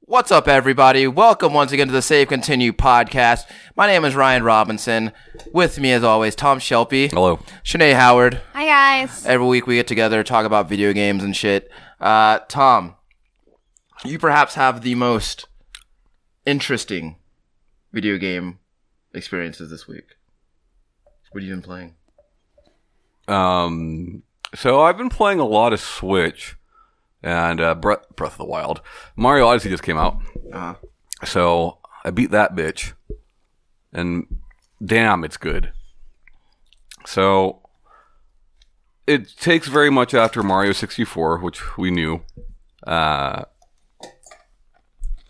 What's up, everybody? Welcome once again to the Save Continue podcast. My name is Ryan Robinson. With me, as always, Tom Shelby, Hello. Shanae Howard. Hi guys. Every week we get together, talk about video games and shit. Uh, Tom, you perhaps have the most interesting video game experiences this week. What have you been playing? Um, so I've been playing a lot of Switch and uh, Breath, Breath of the Wild. Mario Odyssey just came out. Uh-huh. So I beat that bitch. And damn, it's good. So it takes very much after Mario 64, which we knew. Uh,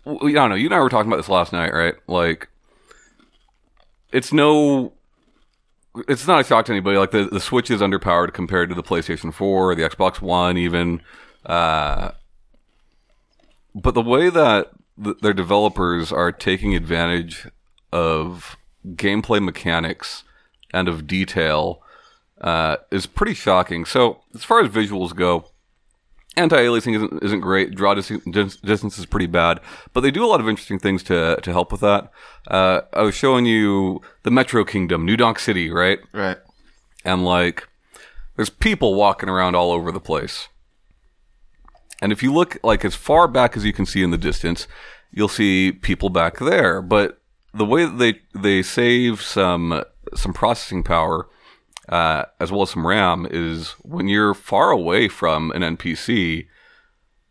we, I don't know. You and I were talking about this last night, right? Like, it's no. It's not a shock to anybody. Like the, the Switch is underpowered compared to the PlayStation 4, the Xbox One, even. Uh, but the way that th- their developers are taking advantage of gameplay mechanics and of detail uh, is pretty shocking. So, as far as visuals go, anti-aliasing isn't, isn't great. Draw dis- dis- distance is pretty bad, but they do a lot of interesting things to to help with that. Uh, I was showing you the Metro Kingdom, New Donk City, right? Right. and like there's people walking around all over the place. And if you look like as far back as you can see in the distance, you'll see people back there. But the way that they they save some some processing power uh, as well as some RAM is when you're far away from an NPC,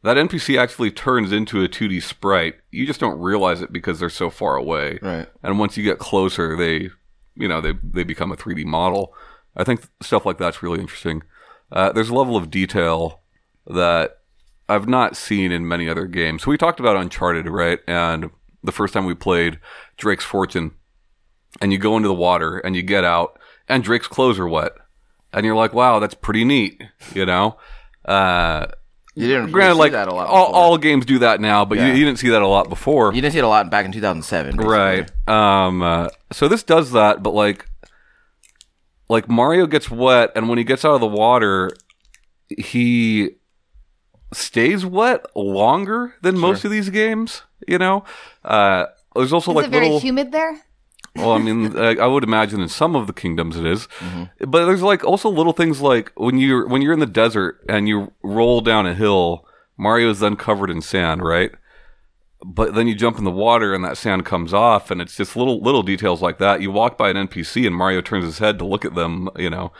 that NPC actually turns into a 2D sprite. You just don't realize it because they're so far away Right. and once you get closer they you know they, they become a 3d model i think stuff like that's really interesting uh, there's a level of detail that i've not seen in many other games so we talked about uncharted right and the first time we played drake's fortune and you go into the water and you get out and drake's clothes are wet and you're like wow that's pretty neat you know uh, You didn't really granted see like that a lot. all, before. all games do that now but Yeah. you, you didn't see that a lot before you didn't see it a lot back in 2007. basically. right um uh, so this does that but like like mario gets wet and when he gets out of the water he stays wet longer than most of these games you know uh there's also Is like it very little humid there? well, I mean, I, I would imagine in some of the kingdoms it is. but there's like also little things like when you're when you're in the desert and you roll down a hill, Mario is then covered in sand, right? But then you jump in the water and that sand comes off, and it's just little little details like that. You walk by an NPC and Mario turns his head to look at them. You know,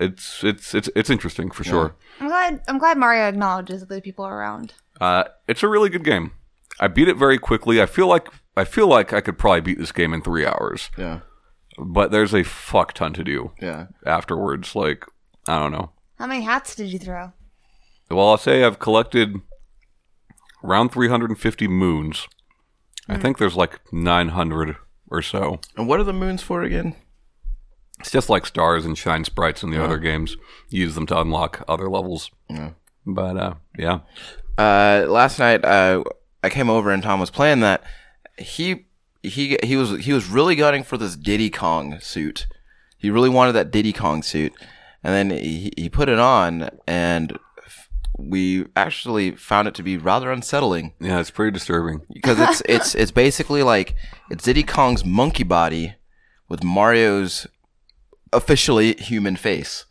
it's it's it's it's interesting for sure. I'm glad. I'm glad Mario acknowledges that the people are around. Uh, it's a really good game. I beat it very quickly. I feel like I feel like I could probably beat this game in three hours, Yeah. but there's a fuck ton to do. Yeah. afterwards. Like, I don't know. How many hats did you throw? Well, I'll say I've collected around 350 moons. I think there's like 900 or so. And what are the moons for again? It's just like stars and shine sprites in the other games. You use them to unlock other levels. But uh, yeah, uh, last night uh, I came over and Tom was playing that. He he he was he was really gunning for this Diddy Kong suit. He really wanted that Diddy Kong suit, and then he, he put it on, and f- we actually found it to be rather unsettling yeah, it's pretty disturbing. because it's it's it's basically like it's Diddy Kong's monkey body with Mario's officially human face.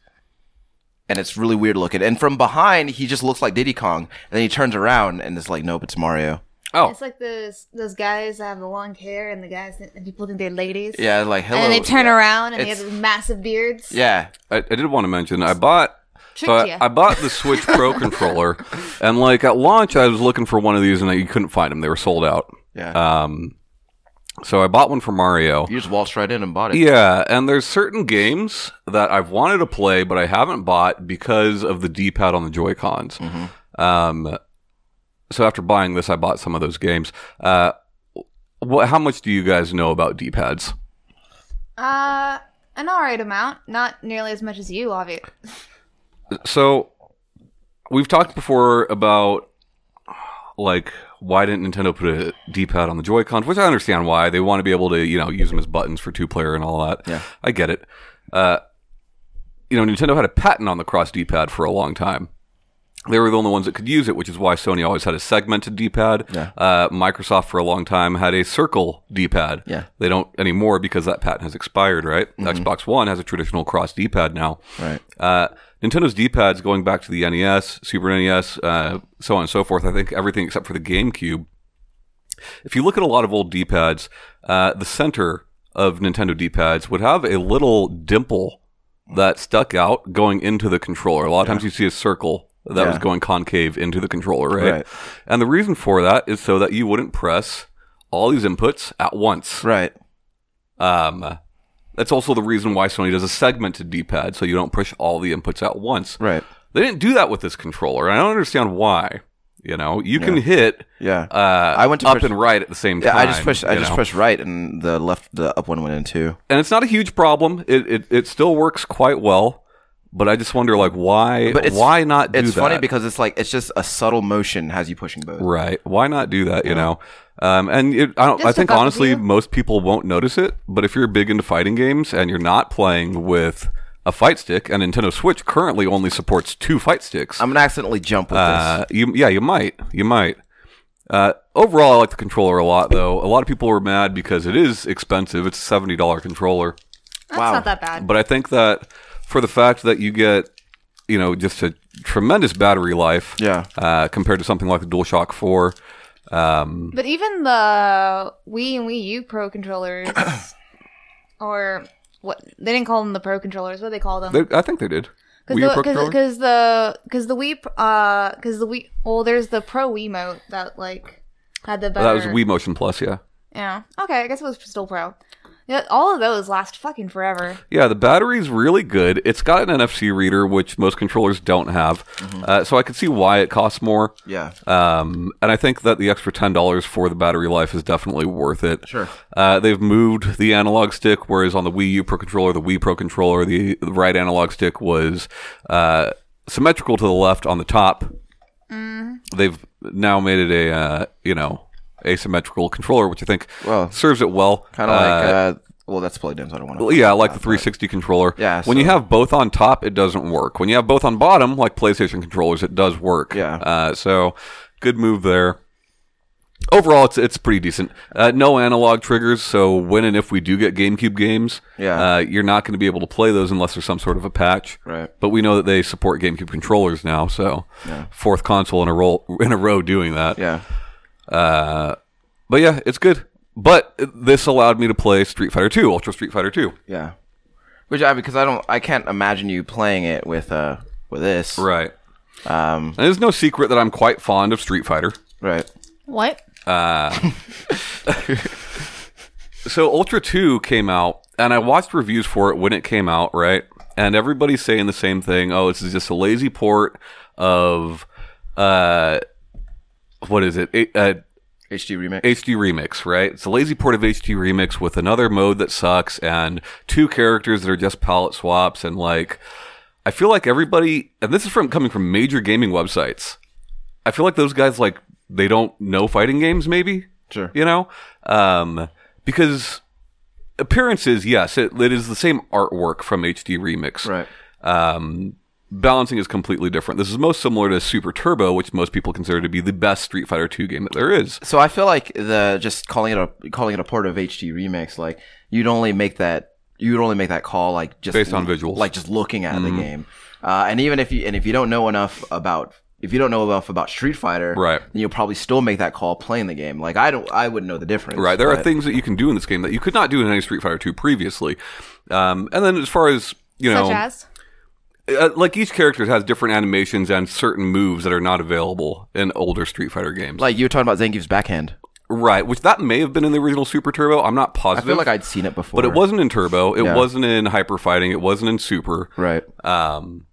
And it's really weird looking. And from behind, he just looks like Diddy Kong. And then he turns around and it's like, nope, it's Mario. Oh, It's like those those guys that have the long hair and the guys that and people think they're ladies. Yeah, like hello. And then they turn yeah. around and It's- they have these massive beards. Yeah, I, I did want to mention I bought Tricked So ya. I, I bought the Switch Pro controller, and like at launch, I was looking for one of these, and I, you couldn't find them; they were sold out. yeah. Um, so I bought one for Mario. Uh, you just waltzed right in and bought it. Yeah, and there's certain games that I've wanted to play, but I haven't bought because of the D-pad on the Joy Cons. Mm-hmm. Um, so after buying this, I bought some of those games. Uh, what? How much do you guys know about D-pads? Uh, an all right amount. Not nearly as much as you, obviously. So we've talked before about like why didn't Nintendo put a D-pad on the Joy-Cons, which I understand why. They want to be able to, you know, use them as buttons for two-player and all that. Yeah. I get it. Uh, you know, Nintendo had a patent on the cross D-pad for a long time. they were the only ones that could use it, which is why Sony always had a segmented D-pad. Yeah. Uh, Microsoft for a long time had a circle D-pad. Yeah. Mm-hmm. They don't anymore because that patent has expired, right? Xbox One has a traditional cross D-pad now. Right. Uh, Nintendo's D-pads going back to the NES, Super NES, uh, so on and so forth. I think everything except for the GameCube. If you look at a lot of old D-pads, uh, the center of Nintendo D-pads would have a little dimple that stuck out going into the controller. A lot of times you see a circle that was Yeah. going concave into the controller, right? Right. And the reason for that is so that you wouldn't press all these inputs at once. Right. Um, that's also the reason why Sony does a segmented D-pad, so you don't push all the inputs at once. Right. They didn't do that with this controller, and I don't understand why. You know, you can hit Yeah. uh, I went to up push- and right at the same yeah. time. I just pushed. I you just know? pushed right, and the left, the up one went in too. and it's not a huge problem. It, it it still works quite well, but I just wonder like why But it's- why not do It's that? funny because it's like it's just a subtle motion has you pushing both. right why not do that? You know, um, and it, I don't. Just I to think fuck with honestly you. most people won't notice it, but if you're big into fighting games and you're not playing with a fight stick, and Nintendo Switch currently only supports two fight sticks. I'm gonna accidentally jump with this. Uh, you, yeah, you might. You might. Uh, overall, I like the controller a lot, though. A lot of people were mad because it is expensive. It's a seventy dollar controller, That's Wow. not that bad. but I think that for the fact that you get, you know, just a tremendous battery life, Yeah. uh, compared to something like the DualShock Four. Um, Mm. But even the Wii and Wii U Pro controllers, or what they didn't call them the Pro controllers. What do they call them? they, I think they did. Wii U Pro controller? Because the because the Wii uh because the Wii well there's the Pro Wiimote that like had the better Oh, that was Wii Motion Plus, yeah. yeah okay I guess it was still Pro yeah all of those last fucking forever Yeah, the battery's really good. It's got an NFC reader, which most controllers don't have. Uh, so I could see why it costs more. Yeah. Um, and I think that the extra ten dollars for the battery life is definitely worth it. Sure. Uh, they've moved the analog stick, whereas on the Wii U Pro controller, the Wii Pro controller, the, the right analog stick was uh, symmetrical to the left on the top. They've now made it a uh, you know asymmetrical controller, which I think Well, serves it well. Kind of like. Uh, well, that's plugged in, so I don't want to. Well, yeah, like the 360 controller. Yeah, When you so- have both on top, it doesn't work. When you have both on bottom, like PlayStation controllers, it does work. Yeah. Uh, so, good move there. Overall, it's it's pretty decent. Uh, no analog triggers, so when and if we do get GameCube games, Yeah. uh, you're not going to be able to play those unless there's some sort of a patch. Right. But we know that they support GameCube controllers now, so fourth console in a row in a row doing that. Yeah. But yeah, it's good. But this allowed me to play Street Fighter 2, Ultra Street Fighter 2. Yeah. Which I because I don't I can't imagine you playing it with uh with this. Right. Um. And it's no secret that I'm quite fond of Street Fighter. Right. what So Ultra 2 came out, and I watched reviews for it when it came out, right? And everybody's saying the same thing. Oh, this is just a lazy port of, uh, what is it? A- uh, HD remix. HD Remix, right? It's a lazy port of HD Remix with another mode that sucks and two characters that are just palette swaps. And like, I feel like everybody, and this is from coming from major gaming websites. I feel like those guys, like, they don't know fighting games, maybe? Sure. You know? Um, because appearances, yes, it, it is the same artwork from HD Remix. Right. Um, balancing is completely different. This is most similar to Super Turbo, which most people consider to be the best Street Fighter 2 game that there is. So I feel like the just calling it a calling it a port of HD remix, like you'd only make that you'd only make that call like just Based on visuals. like just looking at the game. Uh, and even if you and if you don't know enough about if you don't know enough about Street Fighter, Right. then you'll probably still make that call playing the game. Like I don't, I wouldn't know the difference. Right. There are but- things that you can do in this game that you could not do in any Street Fighter 2 previously. Um, and then as far as, you know, such as uh, like each character has different animations and certain moves that are not available in older Street Fighter games. like you were talking about Zangief's backhand. right, which that may have been in the original Super Turbo. I'm not I positive. feel like I'd seen it before, but it wasn't in Turbo. It Yeah. wasn't in Hyper Fighting. It wasn't in Super. right. um,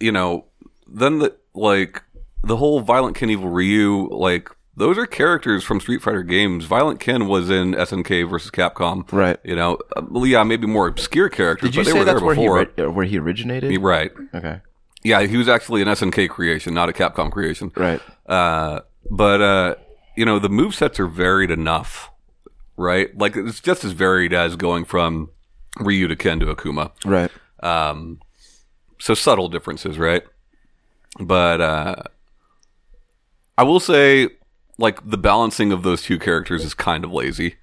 you know, then the like the whole Violent Ken Evil Ryu, like those are characters from Street Fighter games. Violent Ken was in SNK versus Capcom, Right. You know, uh, well, yeah, maybe more obscure characters, Did you but they say were that's there where he before. ri- where he originated? right? Okay. Yeah, he was actually an SNK creation, not a Capcom creation. Right. Uh, but uh, you know, the movesets are varied enough, right? Like it's just as varied as going from Ryu to Ken to Akuma. Right. Um, so subtle differences, right? But uh, I will say, like the balancing of those two characters is kind of lazy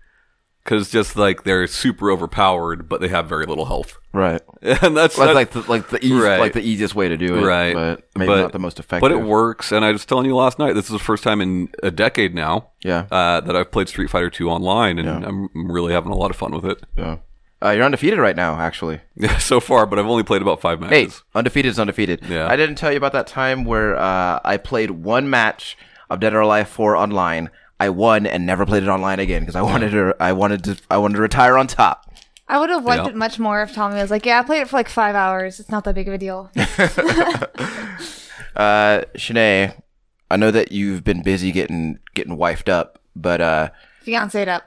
because just like they're super overpowered, but they have very little health, Right. and That's that's, that- like the, like the eas- Right. like the easiest way to do it. right, But maybe But- not the most effective. But it works, and I was telling you last night, this is the first time in a decade now Yeah. uh, that I've played Street Fighter Two online, and I'm really having a lot of fun with it yeah. Uh, you're undefeated right now, actually. Yeah, so far. But I've only played about five Hey, matches. undefeated is undefeated. Yeah. I didn't tell you about that time where uh, I played one match of Dead or Alive 4 online. I won and never played it online again because I wanted to. I wanted to. I wanted to retire on top. I would have liked Yeah. it much more if Tommy was like, "Yeah, I played it for like five hours. It's not that big of a deal." Uh, Shanae, I know that you've been busy getting getting wifed up, but uh, Fiance it up.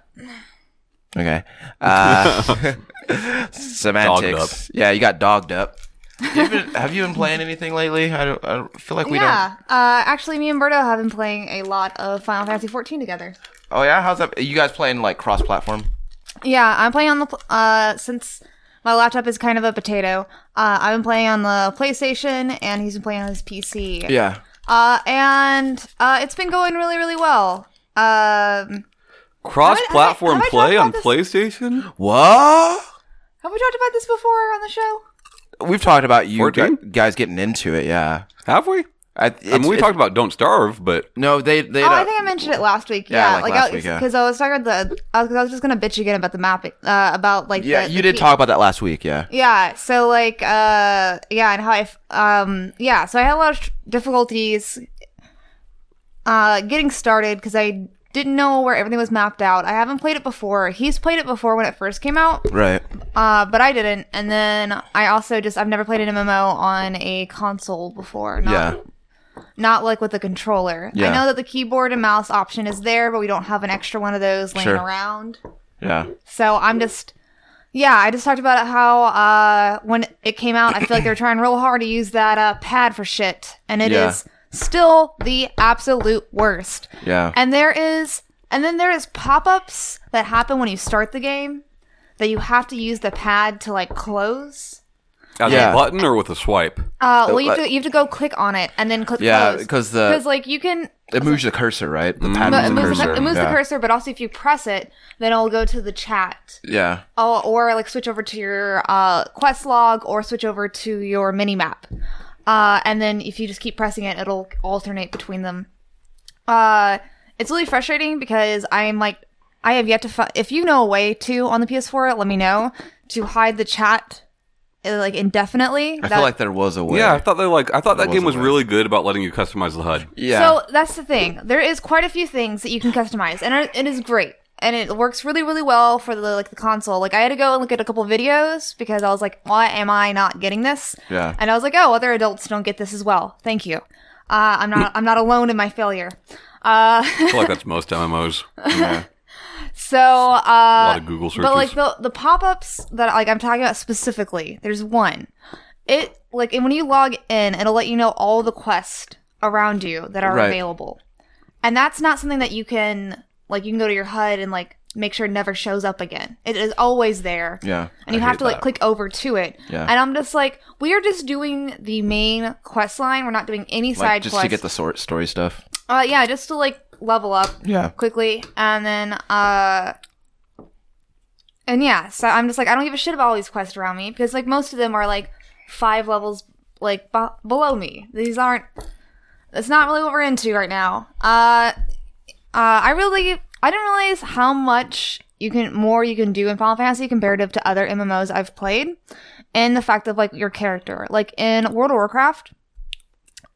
okay. Uh, semantics. Dogged Yeah, you got dogged up. You been- have you been playing anything lately? I don't. I don't feel like we yeah, uh, actually, me and Berto have been playing a lot of Final Fantasy 14 together. don't. Oh yeah, how's that? You guys playing like cross platform? Yeah, I'm playing on the pl- uh since my laptop is kind of a potato. Uh, I've been playing on the PlayStation, and he's been playing on his PC. Yeah. Uh, and uh, it's been going really, really well. Um, Cross-platform have I- have I play on talked about PlayStation. What? have we talked about this before on the show? We've talked about you 14? gu- guys getting into it. Yeah. Have we? I, I mean, we it's- talked about Don't Starve, but No, they they. Oh, don't- I think I mentioned it last week. uh, Yeah, Yeah, like like last I, week, yeah. because I was talking about the, I was, 'cause I was just gonna bitch again about the map, uh, about like yeah, the- you the did pe- talk about that last week. Yeah. Yeah, so like, uh, yeah, and how I, f- um, yeah, so I had a lot of tr- difficulties, uh, getting started because I didn't know where everything was mapped out. I haven't played it before. He's played it before when it first came out, Right. uh, but I didn't. And then I also just I've never played an MMO on a console before. Not, Yeah. Not like with a controller. Yeah. I know that the keyboard and mouse option is there, but we don't have an extra one of those laying Sure. around. Yeah. So I'm just, yeah, I just talked about how uh, when it came out, I feel like they're trying real hard to use that uh, pad for shit, and it is Yeah. still the absolute worst. Yeah. And there is, and then there is pop ups that happen when you start the game that you have to use the pad to like close. as Yeah. a button or with a swipe. Uh, well, you have, like- to, you have to go click on it and then click Oh, Yeah, close. 'cause the- because like you can It moves the cursor, right? The pad it moves, the, cursor. it moves yeah. the cursor, but also if you press it, then it'll go to the chat. Yeah. Oh, or like switch over to your uh, quest log or switch over to your mini map. Uh, and then if you just keep pressing it, it'll alternate between them. Uh, it's really frustrating because I'm like, I have yet to find. If you know a way to on the PS4, let me know to hide the chat uh, like indefinitely. I That- feel like there was a way. Yeah, I thought they like. I thought that wasn't game was right. really good about letting you customize the HUD. Yeah. So that's the thing. There is quite a few things that you can customize, and it- it is great, and it works really, really well for the like the console. Like I had to go and look at a couple videos because I was like, why am I not getting this? Yeah. And I was like, oh, other adults don't get this as well. Thank you. Uh, I'm not. I'm not alone in my failure. Uh, I feel like that's most MMOs. yeah. so uh, a A lot of Google searches. but like the the pop-ups that like I'm talking about specifically, there's one. It like and when you log in, it'll let you know all the quests around you that are Right. available. And that's not something that you can like you can go to your HUD and like make sure it never shows up again. It is always there. Yeah. And you I have hate to like that. click over to it. Yeah. And I'm just like, we are just doing the main quest line. We're not doing any Like, side just quests. to get the sort story stuff. uh yeah, just to like level up Yeah. quickly and then uh and yeah so i'm just like i don't give a shit about all these quests around me because like most of them are like five levels like b- below me these aren't that's not really what we're into right now uh uh i really i didn't realize how much you can more you can do in final fantasy comparative to other mmos i've played and the fact of like your character like in world of warcraft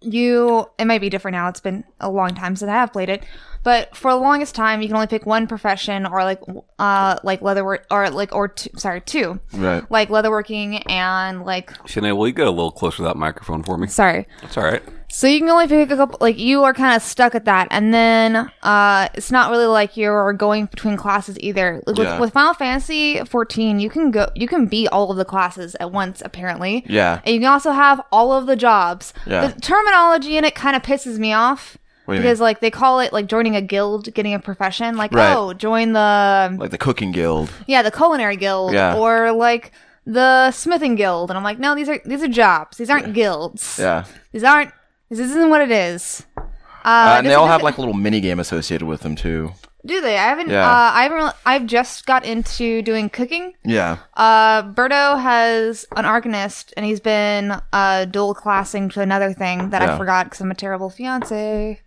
you it might be different now it's been a long time since i have played it but for the longest time you can only pick one profession or like uh like leatherwork or like or two sorry two Right. like leatherworking and like Shanae, will you get a little closer to that microphone for me? sorry That's all right. so you can only pick a couple like you are kind of stuck at that and then uh it's not really like you're going between classes either Like, with, Yeah. with final fantasy 14 you can go you can be all of the classes at once apparently Yeah. and you can also have all of the jobs. Yeah. The terminology in it kind of pisses me off What do you because like they call it like joining a guild, getting a profession, like Right. oh, join the Like the cooking guild. yeah, the culinary guild Yeah. or like the smithing guild and I'm like, "No, these are these are jobs. These aren't guilds. Yeah. These aren't This isn't what it is. Uh, Uh, and they this all is- have like a little mini game associated with them too. Do they? I haven't. Yeah. Uh, I haven't. Really, I've just got into doing cooking. Yeah. Uh, Berto has an arcanist, and he's been uh dual classing to another thing that Yeah. I forgot because I'm a terrible fiance.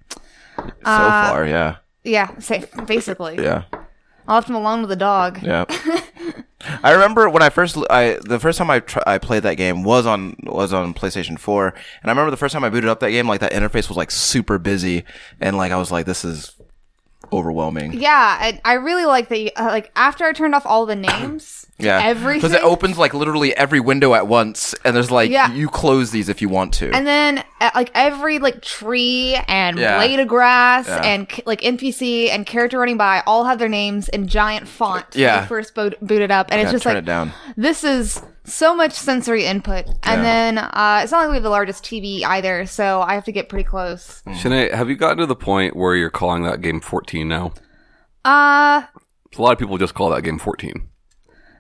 So Uh, far, yeah. Yeah, safe, basically. Yeah. I left him alone with a dog. Yeah. I remember when I first I the first time I tr- I played that game was on was on PlayStation 4 and I remember the first time I booted up that game like that interface was like super busy and like I was like this is overwhelming. Yeah, I, I really like that. You, uh, like after I turned off all the names, Yeah. everything, Cuz it opens like literally every window at once and there's like Yeah. you close these if you want to. and then uh, like every like tree and Yeah. blade of grass Yeah. and c- like NPC and character running by all have their names in giant font. when Yeah. you first bo- booted up, and yeah, it's just turn like it down. this is so much sensory input. And then uh, it's not like we have the largest TV either, so I have to get pretty close. Shanae, have you gotten to the point where you're calling that game 14 now? Uh, A lot of people just call that game 14.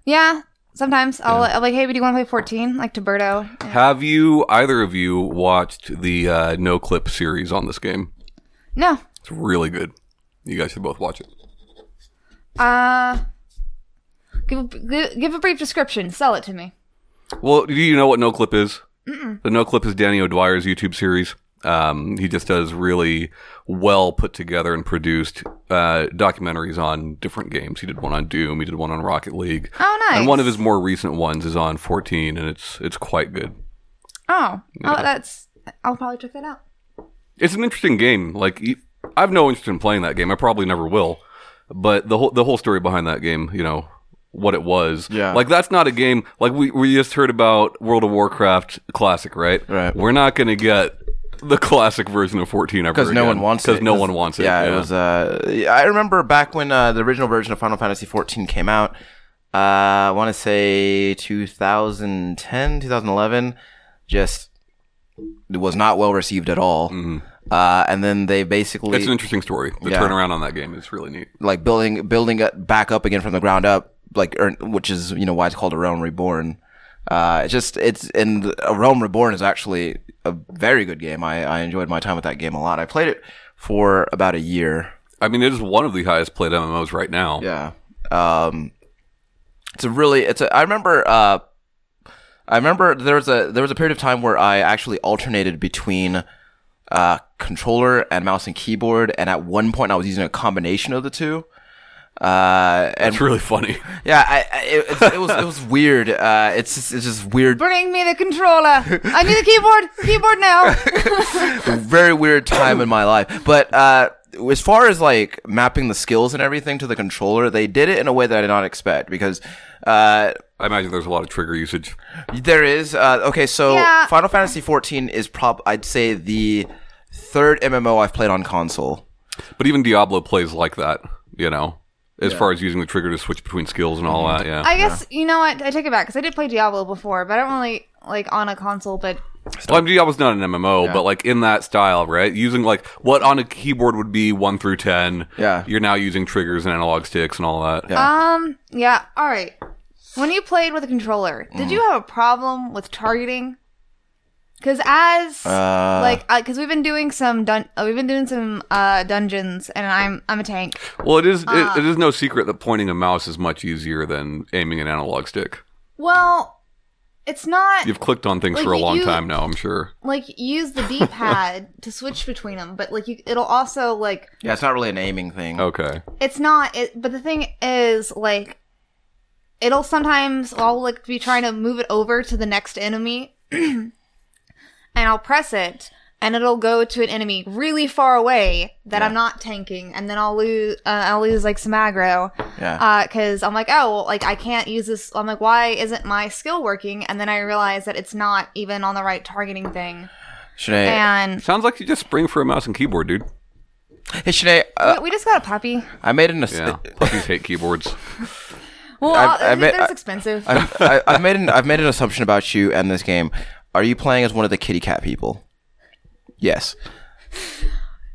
yeah. Sometimes I'll, I'll like, hey, do you want to play 14? Like to Birdo. Have you, either of you, watched the uh, No Clip series on this game? No, It's really good. You guys should both watch it. Uh, give a, give, give a brief description. Sell it to me. Well, do you know what No Clip is? The No Clip is Danny O'Dwyer's YouTube series. Um, he just does really well put together and produced uh, documentaries on different games. He did one on Doom. He did one on Rocket League. Oh, nice. And one of his more recent ones is on 14, and it's it's quite good. Oh, oh, that's. I'll probably check that out. It's an interesting game. Like you- I've no interest in playing that game. I probably never will. But the whole the whole story behind that game, you know, what it was. Yeah. Like that's not a game. Like we we just heard about World of Warcraft Classic, right? Right. We're not gonna get the classic version of 14 ever Because no one wants it. Because no one wants it. Yeah, it was. Uh, I remember back when uh, the original version of Final Fantasy XIV came out. Uh, I want to say 2010, 2011. Just it was not well received at all. Uh, and then they basically Mm-hmm. It's an interesting story. The Yeah. turnaround on that game is really neat. like building building it back up again from the ground up, like er, which is you know why it's called a realm reborn. Uh, it's just it's and a realm reborn is actually a very good game. I, I enjoyed my time with that game a lot. I played it for about a year. I mean, it is one of the highest played MMOs right now. Yeah. Um, it's a really it's a. I remember. Uh, I remember there was a there was a period of time where I actually alternated between uh, controller and mouse and keyboard, and at one point I was using a combination of the two. Uh, and It's really funny. yeah, I, I, it, it's- it was it was weird. Uh, it's just, it's just weird, Bring me the controller. I need a keyboard. Keyboard now. very weird time in my life. But uh, as far as like mapping the skills and everything to the controller, they did it in a way that I did not expect because. Uh, I imagine there's a lot of trigger usage. There is. Uh, okay, so Yeah. Final Fantasy XIV is prob I'd say the third MMO I've played on console. But even Diablo plays like that, you know, as far as using the trigger to switch between skills and all Mm-hmm. that. Yeah. I guess you know what? I take it back because I did play Diablo before, but I don't really like on a console. But well, I mean, Diablo's not an MMO, but like in that style, right? Using like what on a keyboard would be one through ten. Yeah. You're now using triggers and analog sticks and all that. Yeah. um, yeah. All right. When you played with a controller, did Mm. you have a problem with targeting? Because as Uh, like because we've been doing some dun- uh, we've been doing some uh dungeons and i'm i'm a tank Well, it is. Ah. it, it is no secret that pointing a mouse is much easier than aiming an analog stick. well it's not You've clicked on things Like, for a you- long you- time now, I'm sure. like you use the d-pad to switch between them but like you it'll also like yeah, it's not really an aiming thing. Uh, Okay. it's not it but the thing is like it'll sometimes i'll like be trying to move it over to the next enemy and i'll press it and it'll go to an enemy really far away that i'm not tanking and then i'll lose uh, i'll lose like some aggro Yeah. because I'm like, oh, well, like I can't use this. I'm like, why isn't my skill working? And then I realize that it's not even on the right targeting thing. Shanae, And Sounds like you just spring for a mouse and keyboard, dude. hey Shanae, uh, we- we just got a puppy. I made an. ass- Yeah. Puppies hate keyboards. Well, I- I, I mean, that's I- expensive. I, I, I've made an I've made an assumption about you and this game. Are you playing as one of the kitty cat people? Yes.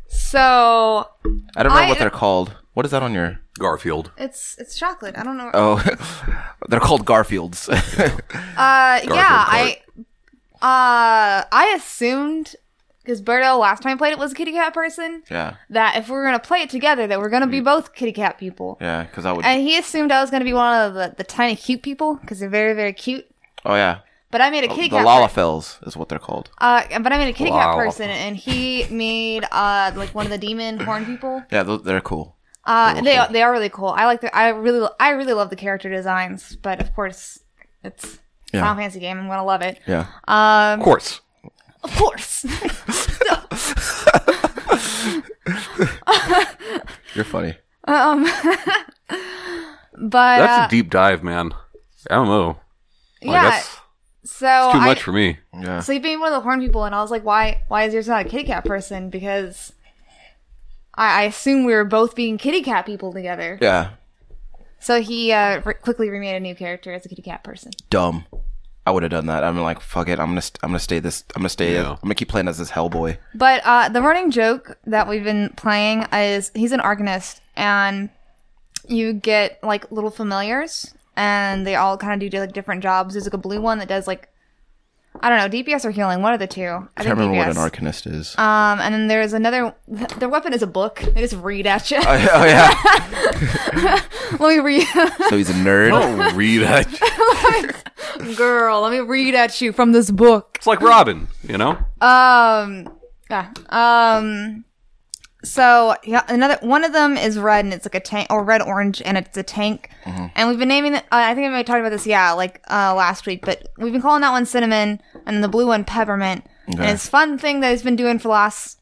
so I don't remember I- what they're called. What is that on your? Garfield. it's it's chocolate. I don't know. Oh, they're called Garfields. uh, yeah, Garfield I uh I assumed because Berto last time I played it was a kitty cat person. Yeah, That if we were gonna play it together, that we're gonna be both kitty cat people. yeah, because I would. And he assumed I was gonna be one of the, the tiny cute people because they're very very cute. oh yeah, But I made a kitty the cat. Lalafels is what they're called. uh, but I made a kitty Wow. cat person, and he made uh like one of the demon horn people. Yeah, tho- they're cool. Uh, They're they cool. they are really cool. I like the I really I really love the character designs, but of course it's Yeah. Final Fantasy game. I'm gonna love it. Yeah, Um, Of course. Of course. you're funny. but That's uh, a deep dive, man. I don't know. Like, yeah, that's so too Oh, I, much for me. Yeah, so you being one of the horn people, and I was like, why why is yours not a kitty cat person? Because I, I assume we were both being kitty cat people together. yeah, So he uh, re- quickly remade a new character as a kitty cat person. dumb. I would have done that. I'm like, fuck it. I'm gonna, st- I'm gonna stay this. I'm gonna stay. Yeah. I'm gonna keep playing as this Hellboy. But uh, the running joke that we've been playing is he's an Arcanist, and you get like little familiars, and they all kind of do like different jobs. There's like a blue one that does like I don't know DPS or healing, one of the two. I I can't think remember what an DPS. Arcanist is. um, and then there's another. Their weapon is a book. They just read at you. oh yeah. let me read, So he's a nerd. Oh. Don't read that. girl. Let me read at you from this book. It's like Robin, you know? Um, yeah. Um, so yeah, another one of them is red, and it's like a tank or red orange, and it's a tank. And we've been naming. it- Uh, I think I might talked about this, yeah, like uh, last week. But we've been calling that one cinnamon, and the blue one peppermint. And Okay. his fun thing that he's been doing for the last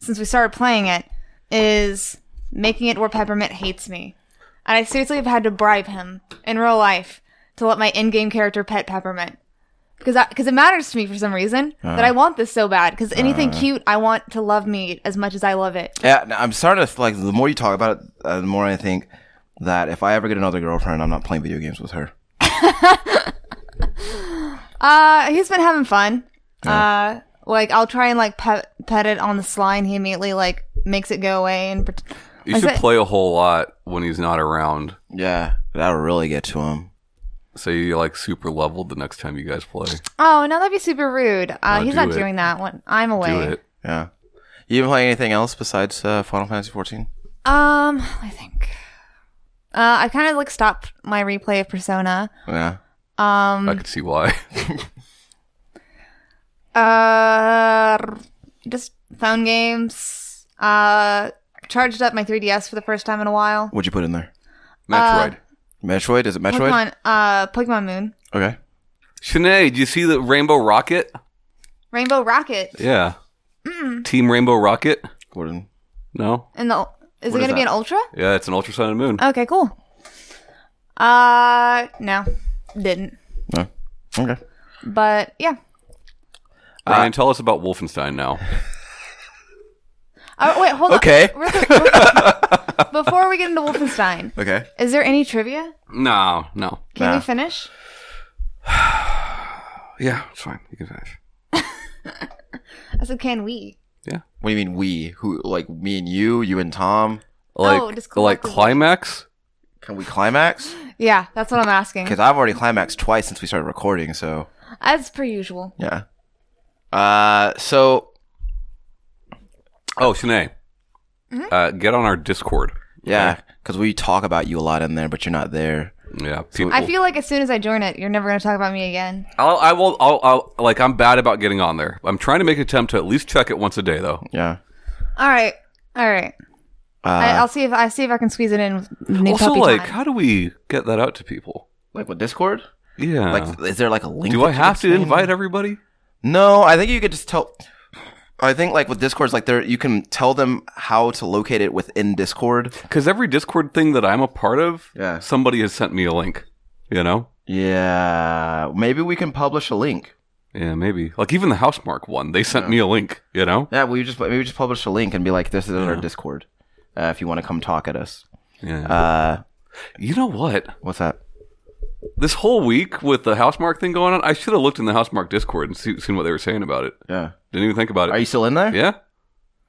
since we started playing it is making it where peppermint hates me. And I seriously have had to bribe him in real life to let my in-game character pet peppermint because because it matters to me for some reason that Uh. I want this so bad. Because anything cute, I want to love me as much as I love it. Yeah, no, I'm starting to like. The more you talk about it, uh, the more I think that if I ever get another girlfriend, I'm not playing video games with her. Uh, he's been having fun. Uh, like I'll try and like pet pet it on the sly, and he immediately like makes it go away. And pret- You Is should it- play a whole lot when he's not around. Yeah, that'll really get to him. So you like super leveled the next time you guys play. oh no, that'd be super rude. Uh, No, he's do not it. doing that when I'm away. Do it. Yeah. You been playing anything else besides uh, Final Fantasy 14? Um, I think. Uh, I kind of like stopped my replay of Persona. Yeah. Um, I could see why. Uh, just phone games. Uh, charged up my 3DS for the first time in a while. What'd you put in there? uh, Metroid. Metroid? Is it Metroid? Pokemon, uh, Pokemon Moon, Okay. Shanae, did you see the Rainbow Rocket? Rainbow Rocket, Yeah. Team Rainbow Rocket? Gordon. No? and the is What it is gonna be that? an Ultra? Yeah, it's an Ultra Sun and Moon. Okay, cool. Uh, no, didn't. No. Okay. But yeah. Ryan, tell us about Wolfenstein now. Oh wait, hold Okay. on. Real quick, real quick. Before we get into Wolfenstein, Okay. is there any trivia? No, no. Can Nah. we finish? Yeah, it's fine. You can finish. I said, can we? What do you mean we? Who? Like me and you? You and Tom? Like, Oh, just like collectively. climax? Can we climax? Yeah, that's what I'm asking. Because I've already climaxed twice since we started recording, so. As per usual. Yeah. Uh, so. Oh, Shanae. Mm-hmm. Uh, get on our Discord. Yeah. Because we talk about you a lot in there, but you're not there. Yeah, people. I feel like as soon as I join it, you're never gonna talk about me again. I'll, I will. I'll, I'll. Like, I'm bad about getting on there. I'm trying to make an attempt to at least check it once a day, though. Yeah. All right, all right. Uh, I, I'll see if I see if I can squeeze it in. With new also, puppy like, time. how do we get that out to people? Like with Discord? Uh, Yeah. Like, is there like a link? do that I you have can to send? invite everybody? No, I think you could just tell. I think like with Discord's like there, you can tell them how to locate it within Discord. Because every Discord thing that I'm a part of, Yeah. somebody has sent me a link. You know? Yeah, maybe we can publish a link. Yeah, maybe. Like even the Housemark one, they sent me a link. You know? Yeah, we just maybe just publish a link and be like, "This is our Discord." Uh, if you want to come talk at us, Yeah. uh, you know what? what's that? This whole week with the Housemark thing going on, I should have looked in the Housemark Discord and see, seen what they were saying about it. Yeah, Didn't even think about it. are you still in there? yeah.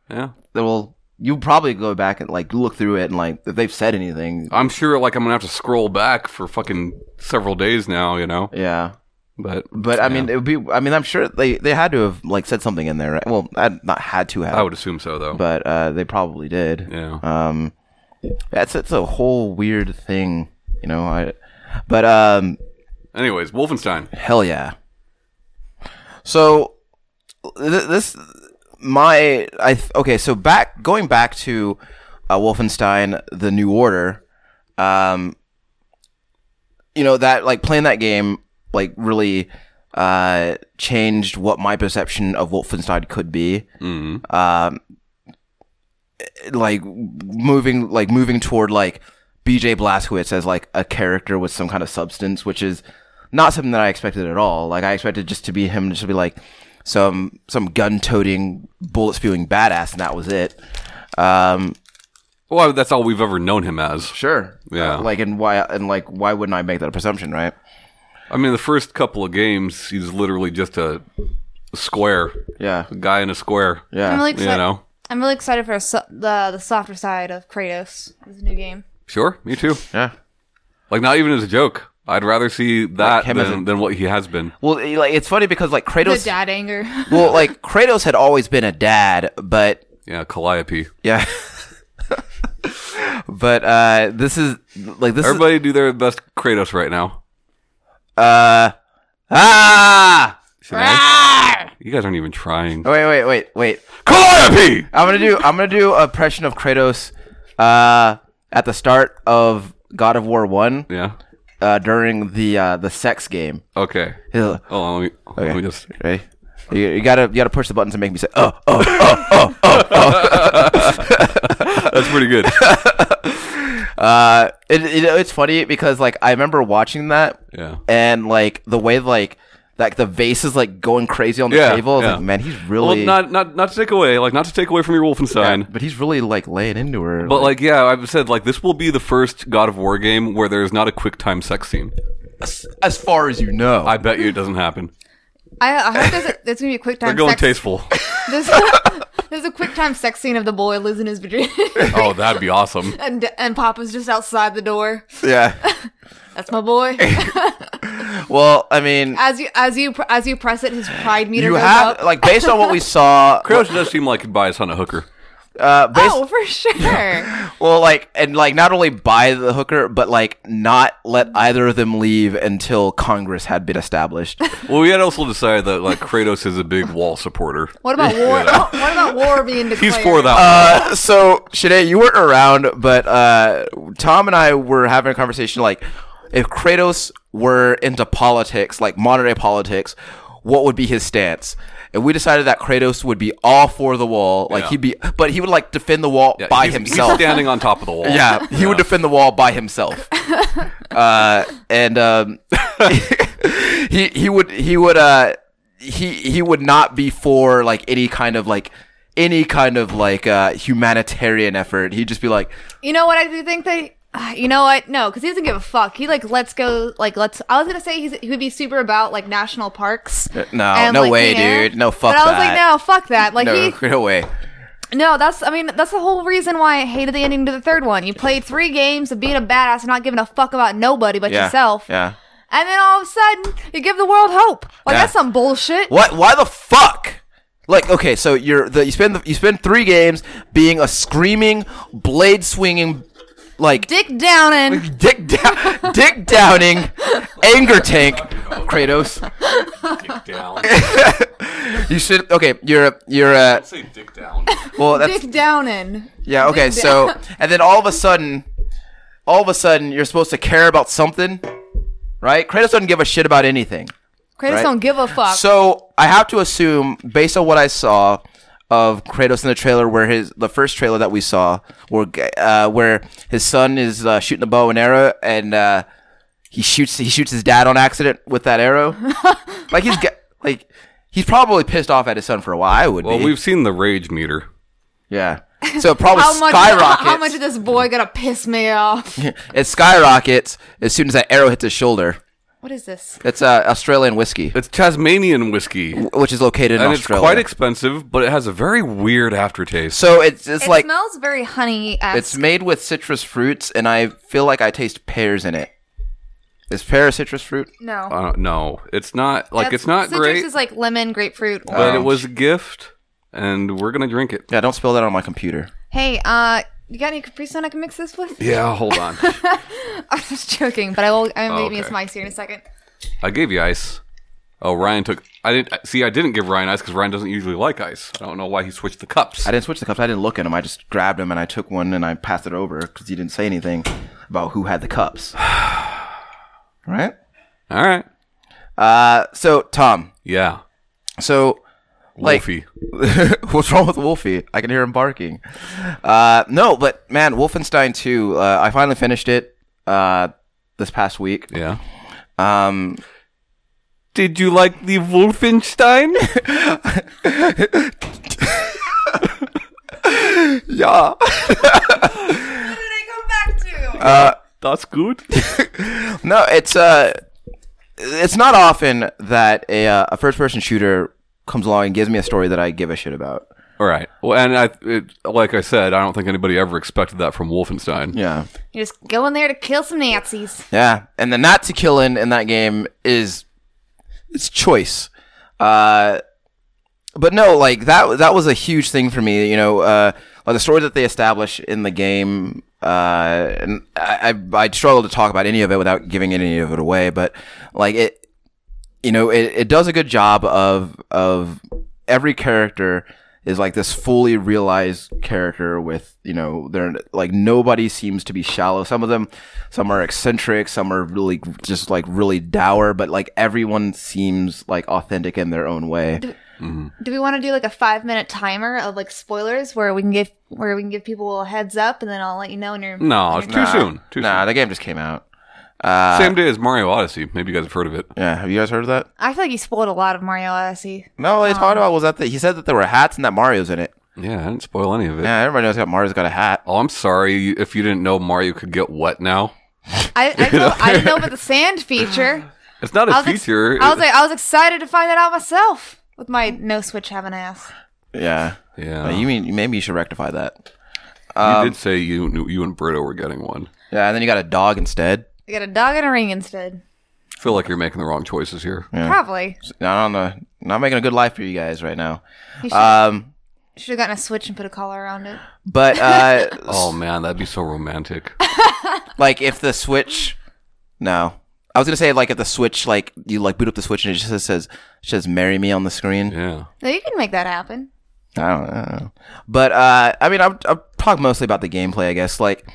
Yeah. Well, you probably go back and like look through it and like if they've said anything. I'm sure like I'm gonna have to scroll back for fucking several days now, you know. Yeah, But But I mean, it would be. I mean, I'm sure they, they had to have like said something in there, right? Well, I, not had to have, I would assume so, though. but uh, they probably did. yeah. Um, that's it's a whole weird thing, you know. I, but um, Anyways, Wolfenstein. hell yeah. So th- this my I th- okay. So back going back to uh, Wolfenstein: The New Order. Um, you know that like playing that game like really uh changed what my perception of Wolfenstein could be hmm like moving like moving toward like BJ Blazkowicz as like a character with some kind of substance, which is not something that I expected at all. Like I expected just to be him, just to be like some some gun toting, bullet spewing badass, and that was it. Um, Well, that's all we've ever known him as. sure, Yeah. Uh, like and why and like why wouldn't I make that a presumption, right? I mean, the first couple of games, he's literally just a square, Yeah, a guy in a square. yeah. I'm really You excited. know? I'm really excited for so- the the softer side of Kratos. This new game. Sure, me too. yeah. Like, not even as a joke. I'd rather see that Like him as than, a- than what he has been. Well, like it's funny because like The Kratos, dad anger. well, like Kratos had always been a dad, but Yeah, Calliope. yeah. But uh, this is like this is Everybody do their best Kratos right now. Uh, ah! Should I? You guys aren't even trying. Oh, wait, wait, wait, wait. Calliope! I'm gonna do. I'm gonna do a impression of Kratos. Uh, at the start of God of War One, Yeah. uh, during the uh, the sex game. Okay. He's like, Hold on, let me, let me just. Ready? You, you gotta you gotta push the buttons to make me say oh oh. That's pretty good. Uh, it, it, it's funny because like I remember watching that Yeah. and like the way like like the vase is like going crazy on the Yeah, table. I was yeah. like, man, he's Well, really not not not to take away, like not to take away from your Wolfenstein, but he's really like laying into her. but like yeah, I've said like this will be the first God of War game where there's not a quick time sex scene. as far as you know, I bet you it doesn't happen. I, I hope there's, a, there's gonna be a quick time. They're going sex- tasteful. There's, there's a quick time sex scene of the boy losing his virginity, oh, that'd be awesome. and and Papa's just outside the door. yeah. That's my boy. Well, I mean, As you as you pr- as you press it, his pride meter you goes have up. like based on what we saw, Kratos does seem like he'd buy us on a hooker. uh, based, oh, for sure. well, like and like not only buy the hooker, but like not let either of them leave until Congress had been established. Well, we had also decided that like Kratos is a big wall supporter. What about war? Yeah. What, what about war being declared? He's for that. uh, so Shanae, you weren't around, but uh, Tom and I were having a conversation like if Kratos were into politics, like modern day politics, what would be his stance? And we decided that Kratos would be all for the wall, like Yeah. he'd be, but he would like defend the wall Yeah, by he's- himself. He's standing on top of the wall. Yeah, he would defend the wall by himself. uh, and um, he he would he would uh he he would not be for like any kind of like any kind of like uh humanitarian effort. He'd just be like, You know what? I do think that. ah, You know what? No, because he doesn't give a fuck. He like lets go. Like let's. I was gonna say he's, he would be super about like national parks. Uh, no, no way, you know, dude. No, fuck But I was that. like, no, fuck that. Like no, he. no way. No, that's. I mean, that's the whole reason why I hated the ending to the third one. You played three games of being a badass and not giving a fuck about nobody but Yeah, yourself. Yeah. And then all of a sudden, you give the world hope. Like Yeah. that's some bullshit. What? Why the fuck? Like, okay, so you're the you spend the, you spend three games being a screaming, blade swinging, like Dick Downing. Dick, Dow- Dick Downing, anger tank, Kratos. Dick down. You should okay. You're a, you're a Say dick down. well. That's Dick Downing. yeah. Okay. Dick So Dow- and then all of a sudden, all of a sudden, you're supposed to care about something, right? Kratos doesn't give a shit about anything. Kratos Right. don't give a fuck. So I have to assume, based on what I saw of Kratos in the trailer, where his the first trailer that we saw, where uh, where his son is uh, shooting a bow and arrow, and uh, he shoots he shoots his dad on accident with that arrow. like he's ga- like he's probably pissed off at his son for a while. I would Well, be. we've seen the rage meter. yeah. So it probably how much? skyrockets. How much of this boy gonna piss me off? it skyrockets as soon as that arrow hits his shoulder. What is this? It's uh, Australian whiskey, It's Tasmanian whiskey, and which is located in it's Australia. quite expensive, but it has a very weird aftertaste. so it's it's It like smells very honey. It's made with citrus fruits, and I feel like I taste pears in it. Is pear a citrus fruit? No. I don't know. It's not Uh, like That's- it's not citrus great, is like lemon, grapefruit. but it orange. was a gift, and we're gonna drink it. Yeah, don't spill that on my computer. Hey, uh, you got any Capri Sun I can mix this with? Yeah, hold on. I'm just joking, but I will. I'm gonna Oh, get me okay. some ice here in a second. I gave you ice. Oh, Ryan took. I didn't see. I didn't give Ryan ice because Ryan doesn't usually like ice. I don't know why he switched the cups. I didn't switch the cups. I didn't look at them. I just grabbed them and I took one and I passed it over because he didn't say anything about who had the cups. right? All right. Uh, so Tom, Yeah. so like, Wolfie. what's wrong with Wolfie? I can hear him barking. Uh, no, but man, Wolfenstein 2, uh, I finally finished it, uh, this past week. Yeah. Um, Did you like the Wolfenstein? yeah. What did I go back to? Uh, That's good. No, it's, uh, it's not often that a, uh, a first person shooter comes along and gives me a story that I give a shit about. All right. Well, and I, it, like I said, I don't think anybody ever expected that from Wolfenstein. Yeah. you just go in there to kill some Nazis. Yeah, and the Nazi killing in that game is it's choice. Uh, but no, like that that was a huge thing for me. You know, uh, like the story that they establish in the game, uh, and I, I I struggle to talk about any of it without giving any of it away. But like it, you know, it, it does a good job of of every character is like this fully realized character with you know they're like nobody seems to be shallow. Some of them, some are eccentric, some are really just like really dour, but like everyone seems like authentic in their own way. Do we want to do like a five minute timer of like spoilers where we can give where we can give people a heads up and then I'll let you know when you're No, it's too soon. Too Nah, soon. the game just came out. Same day as Mario Odyssey. Maybe you guys have heard of it. Yeah, have you guys heard of that? I feel like you spoiled a lot of Mario Odyssey. No, what they talked about was that the, he said that there were hats and that Mario's in it. Yeah, I didn't spoil any of it. Yeah, everybody knows that Mario's got a hat. Oh, I'm sorry if you didn't know Mario could get wet now. I I, told, I didn't know about the sand feature. It's not a I was, ex- feature. I was like I was excited to find that out myself with my no switch having ass. Yeah, yeah. Uh, you you mean maybe you should rectify that? did say you knew you and Brito were getting one. Yeah, and then you got a dog instead. I got a dog and a ring instead. I feel like you're making the wrong choices here. Probably. I don't know. Not making a good life for you guys right now. You should Um, have gotten a switch and put a collar around it. but uh, Oh man, that'd be so romantic. like if the Switch, no, I was gonna say like if the Switch, like you like boot up the Switch and it just says says, says "marry me" on the screen. Yeah. No, you can make that happen. I don't, I don't know. But uh, I mean, I'm, I'm talking mostly about the gameplay, I guess. Like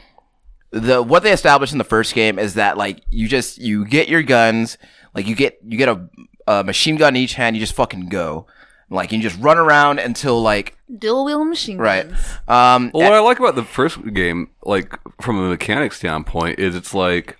the what they established in the first game is that like you just you get your guns, like you get you get a, a machine gun in each hand, you just fucking go, like you just run around until like Dual wheel machine right. guns. Um, Well, what I like about the first game, like from a mechanic standpoint, is it's like,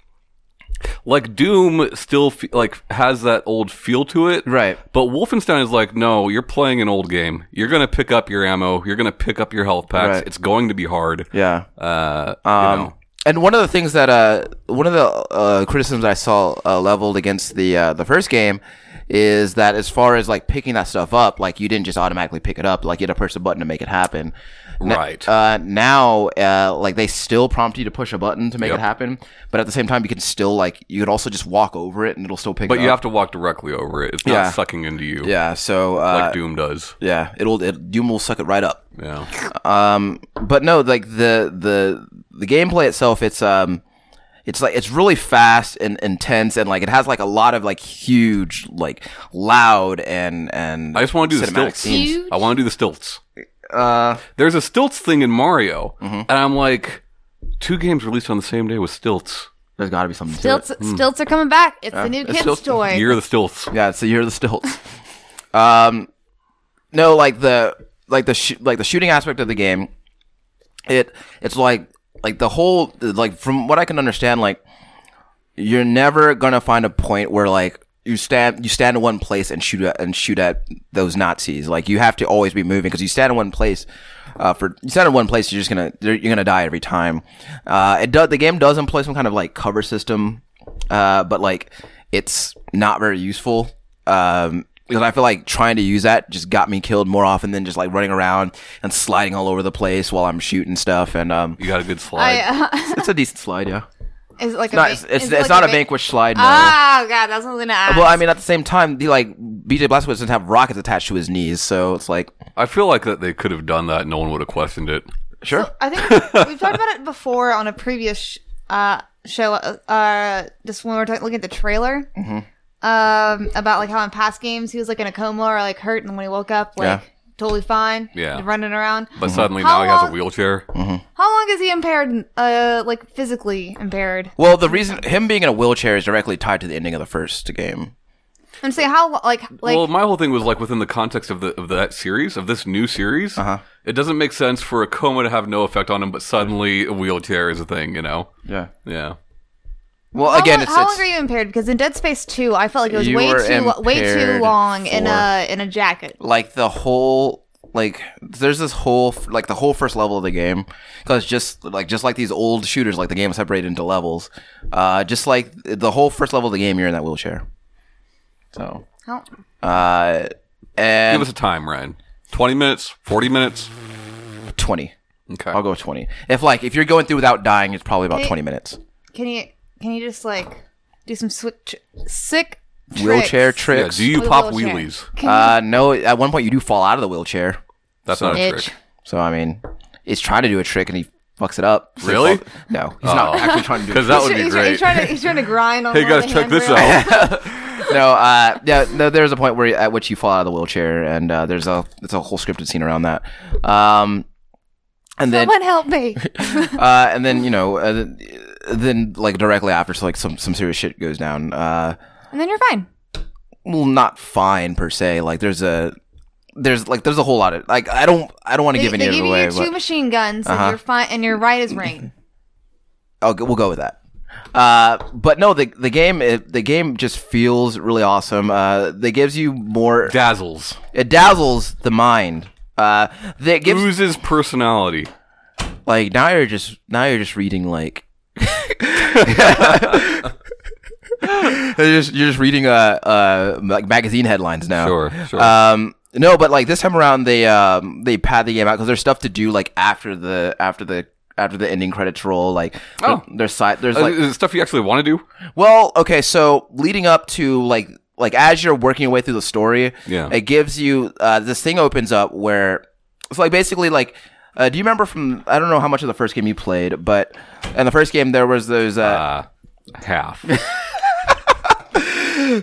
like Doom still fe- like has that old feel to it, Right. But Wolfenstein is like, no, you're playing an old game. You're gonna pick up your ammo. You're gonna pick up your health packs. Right. It's going to be hard. yeah. Um, Uh, you know. And one of the things that uh, one of the uh, criticisms I saw uh, leveled against the uh, the first game is that as far as like picking that stuff up, like you didn't just automatically pick it up, like you had to push a button to make it happen. N- Right. uh, now, uh, like they still prompt you to push a button to make Yep. it happen, but at the same time, you can still like you could also just walk over it and it'll still pick. But it you up. have to walk directly over it. It's not uh, Yeah. sucking into you yeah. So uh, like Doom does. yeah, it'll it, Doom will suck it right up. Yeah. Um, but no, like the the the gameplay itself, it's um, it's like it's really fast and intense, and like it has like a lot of like huge, like loud and and I just want to do the cinematic stilts. scenes. Huge. I want to do the stilts. Uh, There's a stilts thing in Mario, and I'm like, two games released on the same day with stilts. There's got to be something Stilts, to stilts are coming back. It's the new kids' stilts- toy. Year of the stilts. it. Yeah, it's the year of the stilts. um, no, like the like the sh- like the shooting aspect of the game, it it's like like the whole like from what I can understand, like you're never gonna find a point where like you stand you stand in one place and shoot at, and shoot at those Nazis. Like you have to always be moving because you stand in one place. Uh, for you stand in one place, you're just gonna you're you're gonna die every time. Uh, it does the game does employ some kind of like cover system, uh, but like it's not very useful. Um, because I feel like trying to use that just got me killed more often than just like running around and sliding all over the place while I'm shooting stuff. And um, You got a good slide. I, uh, it's a decent slide, yeah. Is it like a not, van- it's, it's, is it it's like not a van- vanquish slide. No. Oh god, that's what I was gonna ask. well, I mean, at the same time, the, like BJ Blazkowicz doesn't have rockets attached to his knees, so it's like I feel like that they could have done that. and No one would have questioned it. sure. I think we've talked about it before on a previous sh- uh, show. Uh, uh, just when we were talking, looking at the trailer, Mm-hmm. um, about like how in past games he was like in a coma or like hurt, and when he woke up, like Yeah. totally fine, Yeah. running around. But suddenly How now he has a long- Mm-hmm. wheelchair. How long is he impaired? Uh, like physically impaired? well, the reason him being in a wheelchair is directly tied to the ending of the first game. I'm saying how lo- like like well, my whole thing was like within the context of the of that series of this new series, it doesn't make sense for a coma to have no effect on him, but suddenly a wheelchair is a thing. You know? Yeah. Yeah. Well, how again, long, it's, how it's long are you impaired? Because in Dead Space Two, I felt like it was You way were too lo- way too impaired long in for- a in a jacket. like the whole like there's this whole like the whole first level of the game because just like just like these old shooters like the game is separated into levels uh just like the whole first level of the game you're in that wheelchair so How, uh Give and us a time, Ryan. Twenty minutes, forty minutes. 20 Okay. i'll go with 20 if like if you're going through without dying it's probably about Hey. 20 minutes can you can you just like do some switch sick tricks? wheelchair Yeah, tricks do you With a pop wheelchair. wheelies? Can you- uh no at one point you do fall out of the wheelchair That's not a Itch. trick. so i mean he's trying to do a trick and he fucks it up So he Really? Oh. falls- no he's not actually trying to do it. Because that would he's, be try- great. He's trying, to, he's trying to grind on. Hey one of guys, the check this handrails. out. no, uh, yeah, no. There's a point where at which you fall out of the wheelchair, and uh, there's a it's a whole scripted scene around that. Um, and then Someone help me. uh, and then you know, uh, then like directly after, so like some some serious shit goes down. Uh, And then you're fine. well, not fine per se. Like there's a there's like there's a whole lot of like I don't I don't want to They, give any they of give it you away. two But Uh-huh. machine guns, and you're fine, and you're right as rain. I'll, go- we'll go with that. Uh, but no, the the game it, the game just feels really awesome. Uh, that gives you more. Dazzles. It dazzles the mind. Uh, that gives Oozes personality. like now you're just now you're just reading like you're just you're just reading uh uh like magazine headlines now. Sure, sure. Um, no, but like this time around they um they pad the game out because there's stuff to do like after the after the after the ending credits roll like Oh. there's side there's Uh, like is it stuff you actually want to do? well, okay, so leading up to like like as you're working your way through the story, Yeah. it gives you uh, this thing opens up where it's like basically like uh, do you remember from I don't know how much of the first game you played, but in the first game there was those uh, Uh, half.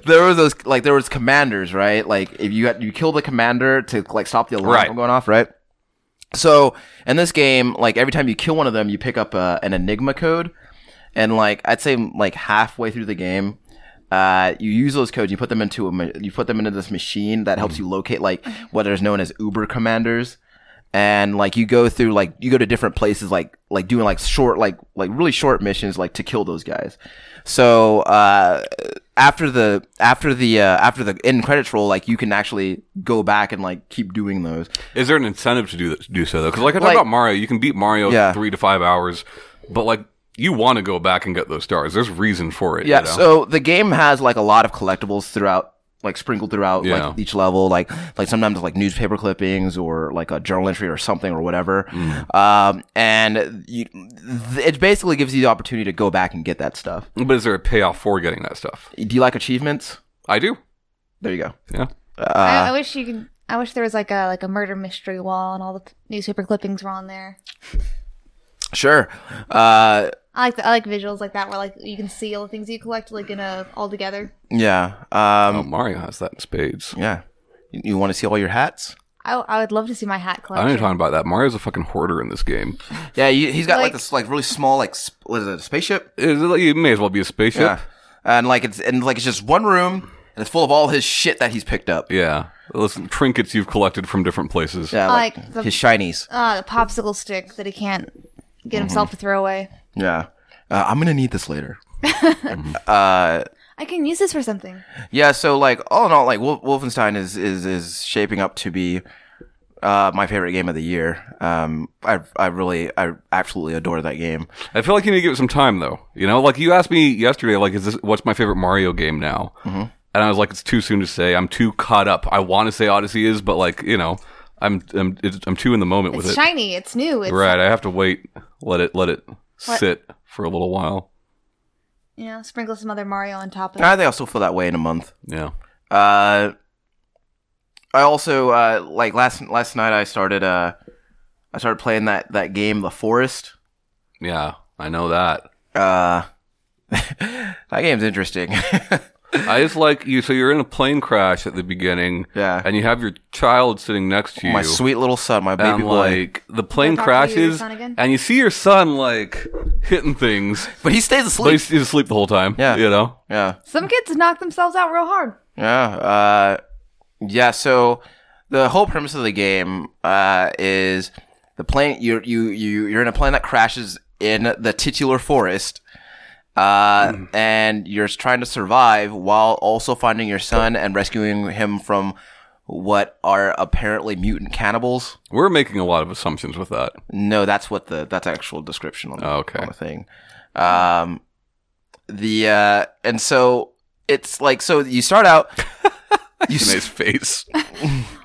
there was those like there was commanders right like if you you kill the commander to like stop the alarm Right. from going off right. So in this game, like every time you kill one of them, you pick up uh, an Enigma code, and like I'd say like halfway through the game, uh, you use those codes. You put them into a ma- you put them into this machine that helps you locate like what is known as Uber commanders, and like you go through like you go to different places like like doing like short like like really short missions like to kill those guys. So uh, after the after the uh, after the end credits roll, like you can actually go back and like keep doing those. Is there an incentive to do that, to do so though? Because like I talked Like- about Mario, you can beat Mario in Yeah. three to five hours, but like you want to go back and get those stars. There's reason for it. Yeah. you know? So the game has like a lot of collectibles throughout, like sprinkled throughout Yeah. like each level. Like like sometimes like newspaper clippings or like a journal entry or something or whatever. Mm. Um, and you, th- it basically gives you the opportunity to go back and get that stuff. but is there a payoff for getting that stuff? Do you like achievements? I do. There you go. Yeah. Uh, I, I wish you could. I wish there was like a like a murder mystery wall, and all the p- newspaper clippings were on there. Sure. Uh, I like the, I like visuals like that, where like you can see all the things you collect, like in a all together. yeah. Um, Oh, Mario has that in spades. yeah. You, you want to see all your hats? I, I would love to see my hat I ain't collection. talking about that. Mario's a fucking hoarder in this game. Yeah. You, he's got like, Like- this like really small like sp- what is it a spaceship? Is it like- You may as well be a spaceship. Yeah. And like it's and like it's just one room and it's full of all his shit that he's picked up. Yeah. Listen, trinkets you've collected from different places. Yeah, like, Like the- his shinies. Ah, the popsicle stick that he can't Mm-hmm. get himself to throw away. Yeah. Uh, I'm gonna need this later. I can use this for something. Yeah, so like all in all, like Wolf- Wolfenstein is is is shaping up to be uh, my favorite game of the year. Um, I I really I absolutely adore that game. I feel like you need to give it some time, though. You know, like you asked me yesterday, like, is this what's my favorite Mario game now? Mm-hmm. And I was like, it's too soon to say. I'm too caught up. I want to say Odyssey is, but like, you know, I'm I'm, it's, I'm too in the moment It's with it. shiny. It's new. It's Right, I have to wait. Let it let it sit for a little while. You know, sprinkle some other Mario on top of it. I think I'll still feel that way in a month. Yeah. Uh, I also uh, like last last night I started uh, I started playing that that game The Forest. Yeah. I know that. Uh, that game's interesting. I just like you. So you're in a plane crash at the beginning, yeah, and you have your child sitting next to you. my sweet little son, my baby and boy. like the plane Can I talk to you, your crashes, son, again? and you see your son like hitting things, but he stays but asleep. he's, he's asleep the whole time. Yeah. you know. yeah, Some kids knock themselves out real hard. yeah, uh, yeah. So the whole premise of the game uh, is the plane. You you you you're in a plane that crashes in the titular forest. Uh, and you're trying to survive while also finding your son and rescuing him from what are apparently mutant cannibals. We're making a lot of assumptions with that. No, that's what the that's actual description on the, Okay. on the thing. Um, the uh, and so it's like so you start out. You In s- his face, I,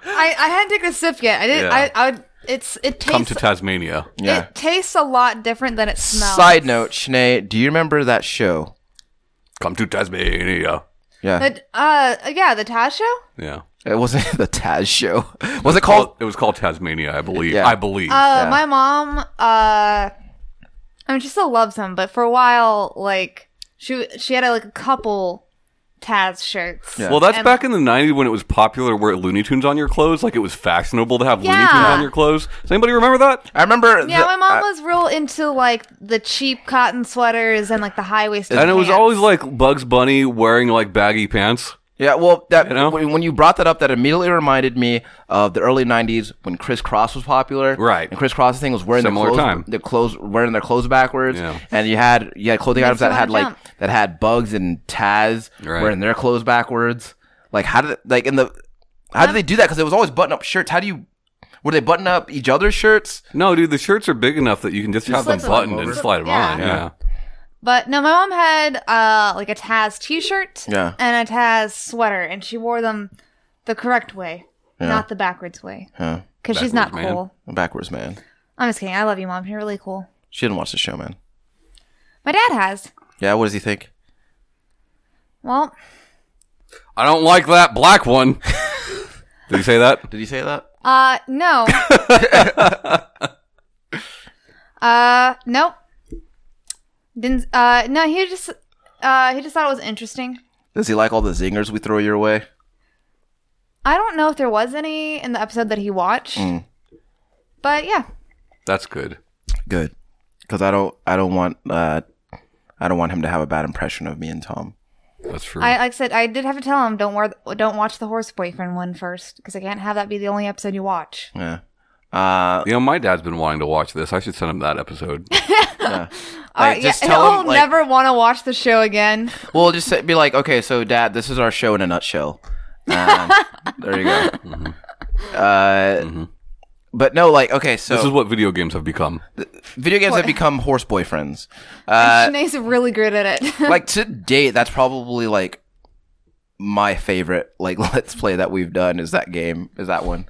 I hadn't taken a sip yet. I didn't. Yeah. I, I would- it's it come to tastes Tasmania. yeah. it tastes a lot different than it smells. Side note, Sinead, do you remember that show? Come to Tasmania. Yeah, But uh, yeah, the Taz show. Yeah. it wasn't the Taz show. Was it Called, called? it was called Tasmania, I believe. Yeah. I believe. Uh, Yeah. my mom. Uh, I mean, she still loves him, but for a while, like she she had like a couple Taz shirts. Yeah. well, that's and- back in the '90s when it was popular to wear Looney Tunes on your clothes. Like it was fashionable to have Looney Tunes Yeah. on your clothes. Does anybody remember that? I remember. Yeah, the- my mom I- was real into like the cheap cotton sweaters and like the high waisted. And it was always like Bugs Bunny wearing like baggy pants. Yeah, well, that You know? when when you brought that up, that immediately reminded me of the early '90s when Criss Cross was popular. Right. and Criss Cross thing was wearing their Similar clothes, time. their clothes wearing their clothes backwards. Yeah. and you had you had clothing items you that had wanna like jump. that had bugs and Taz Right. wearing their clothes backwards. Like how did like in the how Um, did they do that? Because it was always button up shirts. How do you were they button up each other's shirts? No, dude, the shirts are big enough that you can just have them slip them buttoned over. and slide them Yeah. on. Yeah. Yeah. But no, my mom had uh like a Taz T-shirt Yeah. and a Taz sweater, and she wore them the correct way, not the backwards way, Huh. because she's not Backwards, man. cool. Backwards, man. I'm just kidding. I love you, mom. You're really cool. She didn't watch the show, man. My dad has. Yeah, what does he think? Well, I don't like that black one. Did you say that? Did he say that? uh, no. uh, nope. Didn't. Uh, no. He just. Uh, he just thought it was interesting. Does he like all the zingers we throw your way? I don't know if there was any in the episode that he watched, Mm. but yeah. That's good. Good, because I don't I don't want uh, I don't want him to have a bad impression of me and Tom. That's true. I like I said I did have to tell him don't wear don't watch the horse boyfriend one first because I can't have that be the only episode you watch. Yeah. Uh, you know, my dad's been wanting to watch this. I should send him that episode. yeah. All right, Like, just Uh, yeah, tell he'll him, like- never want to watch the show again. Well, just say- be like, okay, so Dad, this is our show in a nutshell. Um, there you go. Mm-hmm. Uh, But no, like, okay, so this is what video games have become. video games have become horse boyfriends. Uh, really good at it. like to date, that's probably like my favorite like let's play that we've done is that game is that one.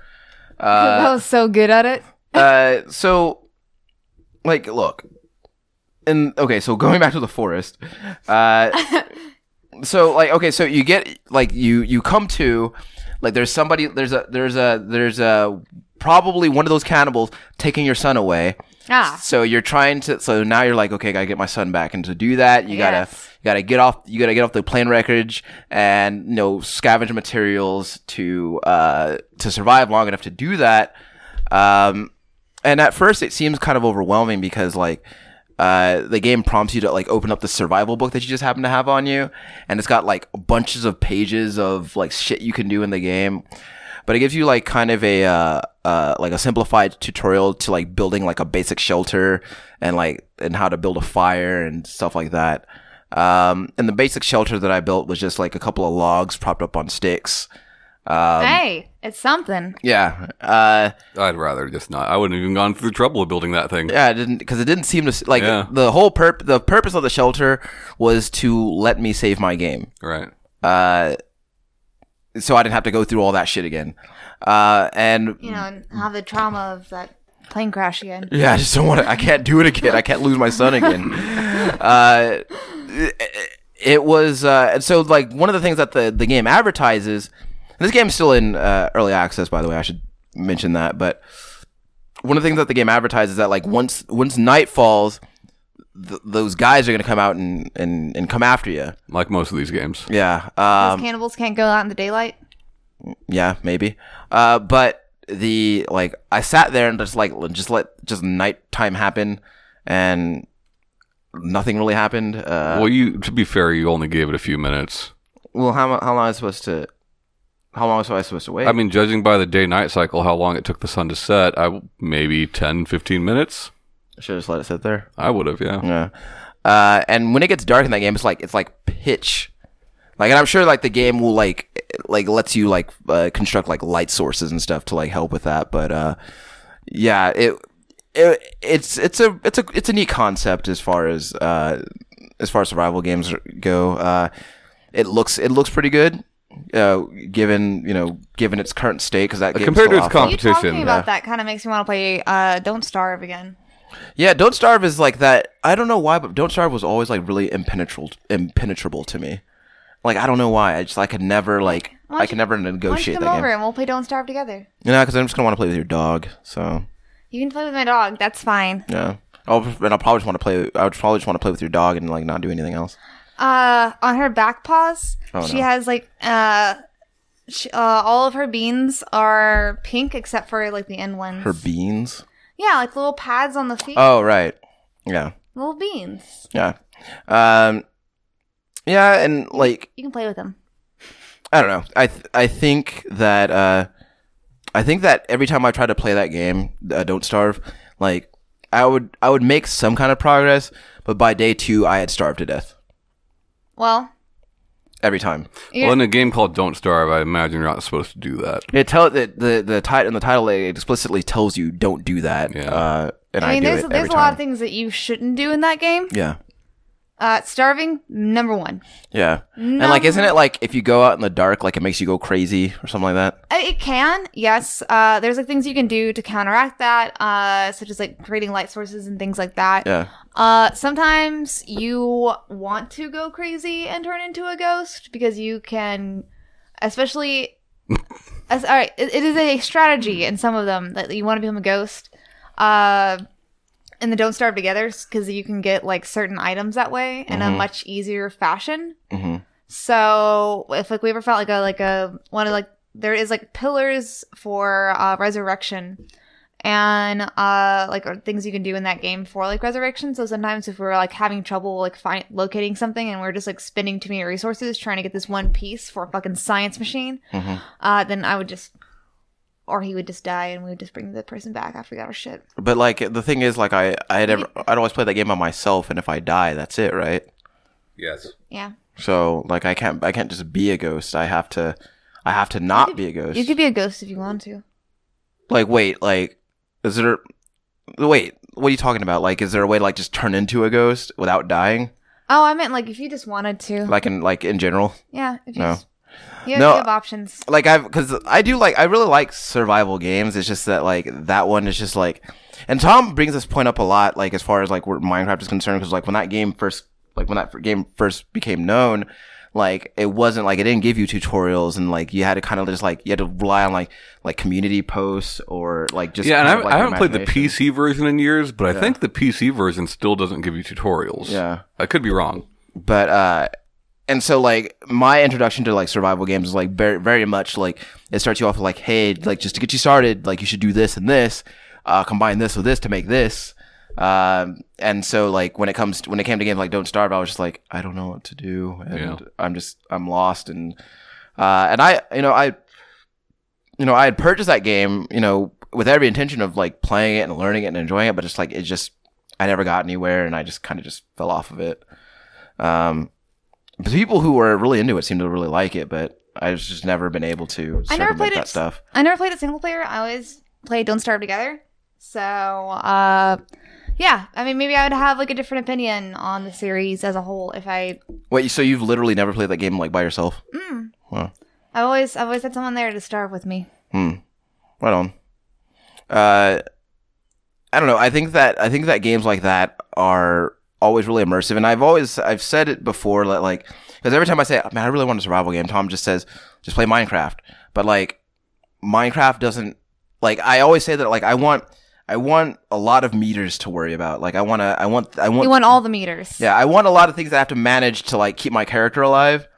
that was so good at it. Uh, so like look and okay so going back to the forest uh so like okay so you get like you you come to like there's somebody there's a there's a there's a probably one of those cannibals taking your son away Ah, so you're trying to so now you're like okay gotta get my son back and to do that you gotta Yes. you gotta get off you gotta get off the plane wreckage and you know scavenge materials to uh to survive long enough to do that um and at first it seems kind of overwhelming because like uh, the game prompts you to like open up the survival book that you just happen to have on you, and it's got like bunches of pages of like shit you can do in the game. But it gives you like kind of a uh, uh, like a simplified tutorial to like building like a basic shelter and like and how to build a fire and stuff like that. Um, and the basic shelter that I built was just like a couple of logs propped up on sticks. um, hey, it's something. Yeah. Uh, I'd rather just not. I wouldn't have even gone through the trouble of building that thing. Yeah, it didn't because it didn't seem to s- like Yeah. the whole purp. The purpose of the shelter was to let me save my game, Right. uh, so I didn't have to go through all that shit again. Uh, and You know, and have the trauma of that plane crash again. yeah, I just don't want to. I can't do it again. I can't lose my son again. uh, it was uh, and so like one of the things that the, the game advertises and this game's still in uh, early access by the way i should mention that but one of the things that the game advertises is that like once once night falls th- those guys are going to come out and, and and come after you like most of these games. yeah Those um, cannibals can't go out in the daylight. yeah maybe uh, but the like i sat there and just like l- just let just nighttime happen and nothing really happened uh, well, you to be fair, you only gave it a few minutes. Well, how mu- how long am I supposed to? How long am I supposed to wait? I mean, judging by the day-night cycle, how long it took the sun to set, I maybe 10, 15 minutes. I should have just let it sit there. I would have, yeah. Yeah. Uh, and when it gets dark in that game, it's like it's like pitch. Like, and I'm sure like the game will like eh, like lets you like uh, construct like light sources and stuff to like help with that. But uh, yeah, it. It, it's it's a it's a it's a neat concept as far as uh, as far as survival games are- go. Uh, it looks it looks pretty good, uh, given you know given its current state because that game's Uh, compared to still its off- comp- You talking Competition, yeah. about that kind of makes me want to play uh, Don't Starve again. Yeah, Don't Starve is like that. I don't know why, but Don't Starve was always like really impenetrable, impenetrable to me. Like I don't know why. I just I could never like Why don't I could you- never Why don't you negotiate come Oh, that over game. and we'll play Don't Starve together? You know, because I'm just gonna want to play with your dog. So You can play with my dog. That's fine. yeah, I'll, and I'll probably just want to play. I would probably just want to play with your dog and like not do anything else. uh on her back paws Oh, she no. has like uh she, uh, all of her beans are pink except for like the end ones. Her beans. yeah, like little pads on the feet, Oh right. Yeah. little beans. Yeah. Um. Yeah, and like You can play with them. I don't know. I th- I think that uh, I think that every time I try to play that game, uh, Don't Starve, like I would I would make some kind of progress, but by day two I had starved to death Well, every time. Yeah. Well, in a game called Don't Starve, I imagine you're not supposed to do that. It tell the the the title in the title it explicitly tells you don't do that. Yeah. Uh, and I, I mean, do there's it there's every a lot time. of things that you shouldn't do in that game. yeah. Uh, starving number one. Yeah. And like, isn't it like if you go out in the dark, like it makes you go crazy or something like that? Uh, It can, yes. Uh, there's like things you can do to counteract that, uh, such as like creating light sources and things like that. Yeah. Uh, sometimes you want to go crazy and turn into a ghost because you can, especially. as, all right, it, it is a strategy in some of them that you want to become a ghost. Uh, and the Don't Starve Together because you can get like certain items that way in a much easier fashion. hmm So if like we ever felt like a like a one of like there is like pillars for uh, resurrection and uh like or things you can do in that game for like resurrection so sometimes if we're like having trouble like find locating something and we're just like spending too many resources trying to get this one piece for a fucking science machine Mhm. uh then i would just or he would just die and we would just bring the person back after we got our shit But like the thing is, like I I had ever I'd always play that game by myself, and if I die, that's it, right? Yes. yeah So like I can't I can't just be a ghost. I have to I have to not be a ghost. you could be a ghost if you want to like wait, like is there wait, what are you talking about? Like is there a way to like just turn into a ghost without dying? oh i meant like if you just wanted to Like in like in general? yeah if you No. just, you have, No, you have options Like I've cuz I do like I really like survival games. It's just that like that one is just like and Tom brings this point up a lot like as far as like where Minecraft is concerned cuz like when that game first like when that f- game first became known like it wasn't like it didn't give you tutorials and like you had to kind of just like you had to rely on like like community posts or like just yeah, and kind I, of, like, I haven't played the imagination. PC version in years, but I think the PC version still doesn't give you tutorials. Yeah. I could be wrong. but uh and so like my introduction to like survival games is like very very much like it starts you off with like hey like just to get you started like you should do this and this uh combine this with this to make this um and so like when it comes when it came to games like don't starve i was just like i don't know what to do and Yeah. i'm just i'm lost and uh and i you know i you know i had purchased that game you know with every intention of like playing it and learning it and enjoying it but it's like it just i never got anywhere and i just kind of just fell off of it um, the people who were really into it seemed to really like it, but I've just never been able to I never circumvent played that it. stuff. I never played it single player. I always played Don't Starve Together. So, uh, yeah. I mean, maybe I would have like a different opinion on the series as a whole if I. Wait, so you've literally never played that game like by yourself? Mm, Wow. I always, I always had someone there to starve with me. Hmm. Right on. Uh, I don't know. I think that I think that games like that are always really immersive. And I've always I've said it before, li- like because every time I say, "Man, I really want a survival game," Tom just says, "Just play Minecraft." But like Minecraft doesn't like I always say that like I want I want a lot of meters to worry about. Like I want to I want I You want want all the meters. yeah I want a lot of things that I have to manage to like keep my character alive.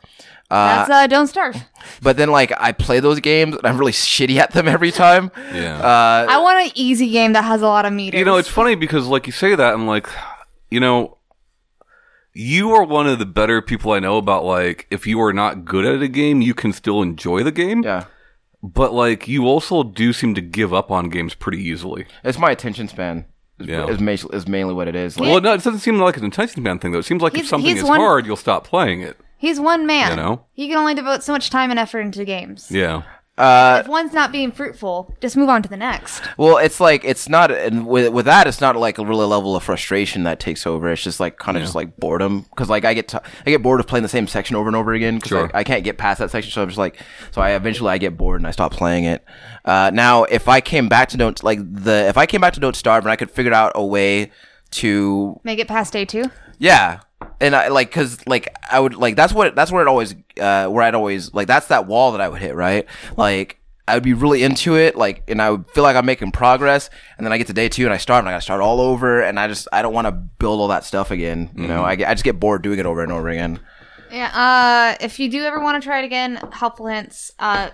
Uh, That's uh, don't starve. but then like I play those games and I'm really shitty at them every time. Yeah. Uh, I want an easy game that has a lot of meters. You know, it's funny because like you say that, I'm like, you know, you are one of the better people I know about like if you are not good at a game, you can still enjoy the game. yeah, But like you also do seem to give up on games pretty easily. it's my attention span. Is, Yeah. is, ma- is mainly what it is. Like, Well, no, it doesn't seem like an attention span thing though. It seems like if He's- something he's is one- hard, you'll stop playing it. He's one man. You know? He can only devote so much time and effort into games. Yeah. uh, If one's not being fruitful, just move on to the next. Well, it's like it's not, and with with that, it's not like a really level of frustration that takes over. It's just like kind of just like boredom because like I get t- I get bored of playing the same section over and over again because Sure. I can't get past that section. So I'm just like, so I eventually I get bored and I stop playing it. Uh, now, if I came back to don't like the if I came back to don't starve and I could figure out a way to Make it past day two. yeah. And I like cuz like I would like that's what that's where it always uh where I'd always like that's that wall that I would hit, right? Like I would be really into it, like, and I would feel like I'm making progress, and then I get to day two and I start, and I gotta start all over, and I just I don't want to build all that stuff again, you know. I, get- I just get bored doing it over and over again. Yeah. Uh, if you do ever want to try it again, help plants. Uh,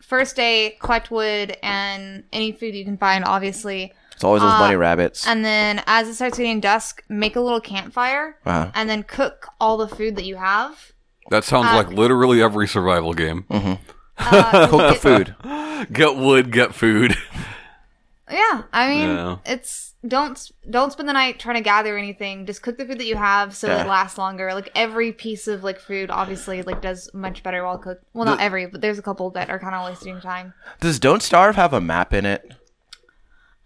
first day, collect wood and any food you can find, obviously. It's always those bloody rabbits. And then as it starts getting dusk, make a little campfire Uh-huh. and then cook all the food that you have. That sounds like literally every survival game. Mm-hmm. Cook the food. Get wood, get food. Yeah, I mean, Yeah. it's don't don't spend the night trying to gather anything. Just cook the food that you have so Yeah. it lasts longer. Like every piece of like food, obviously, like does much better while cooked. Well, not every, but there's a couple that are kind of wasting time. Does Don't Starve have a map in it?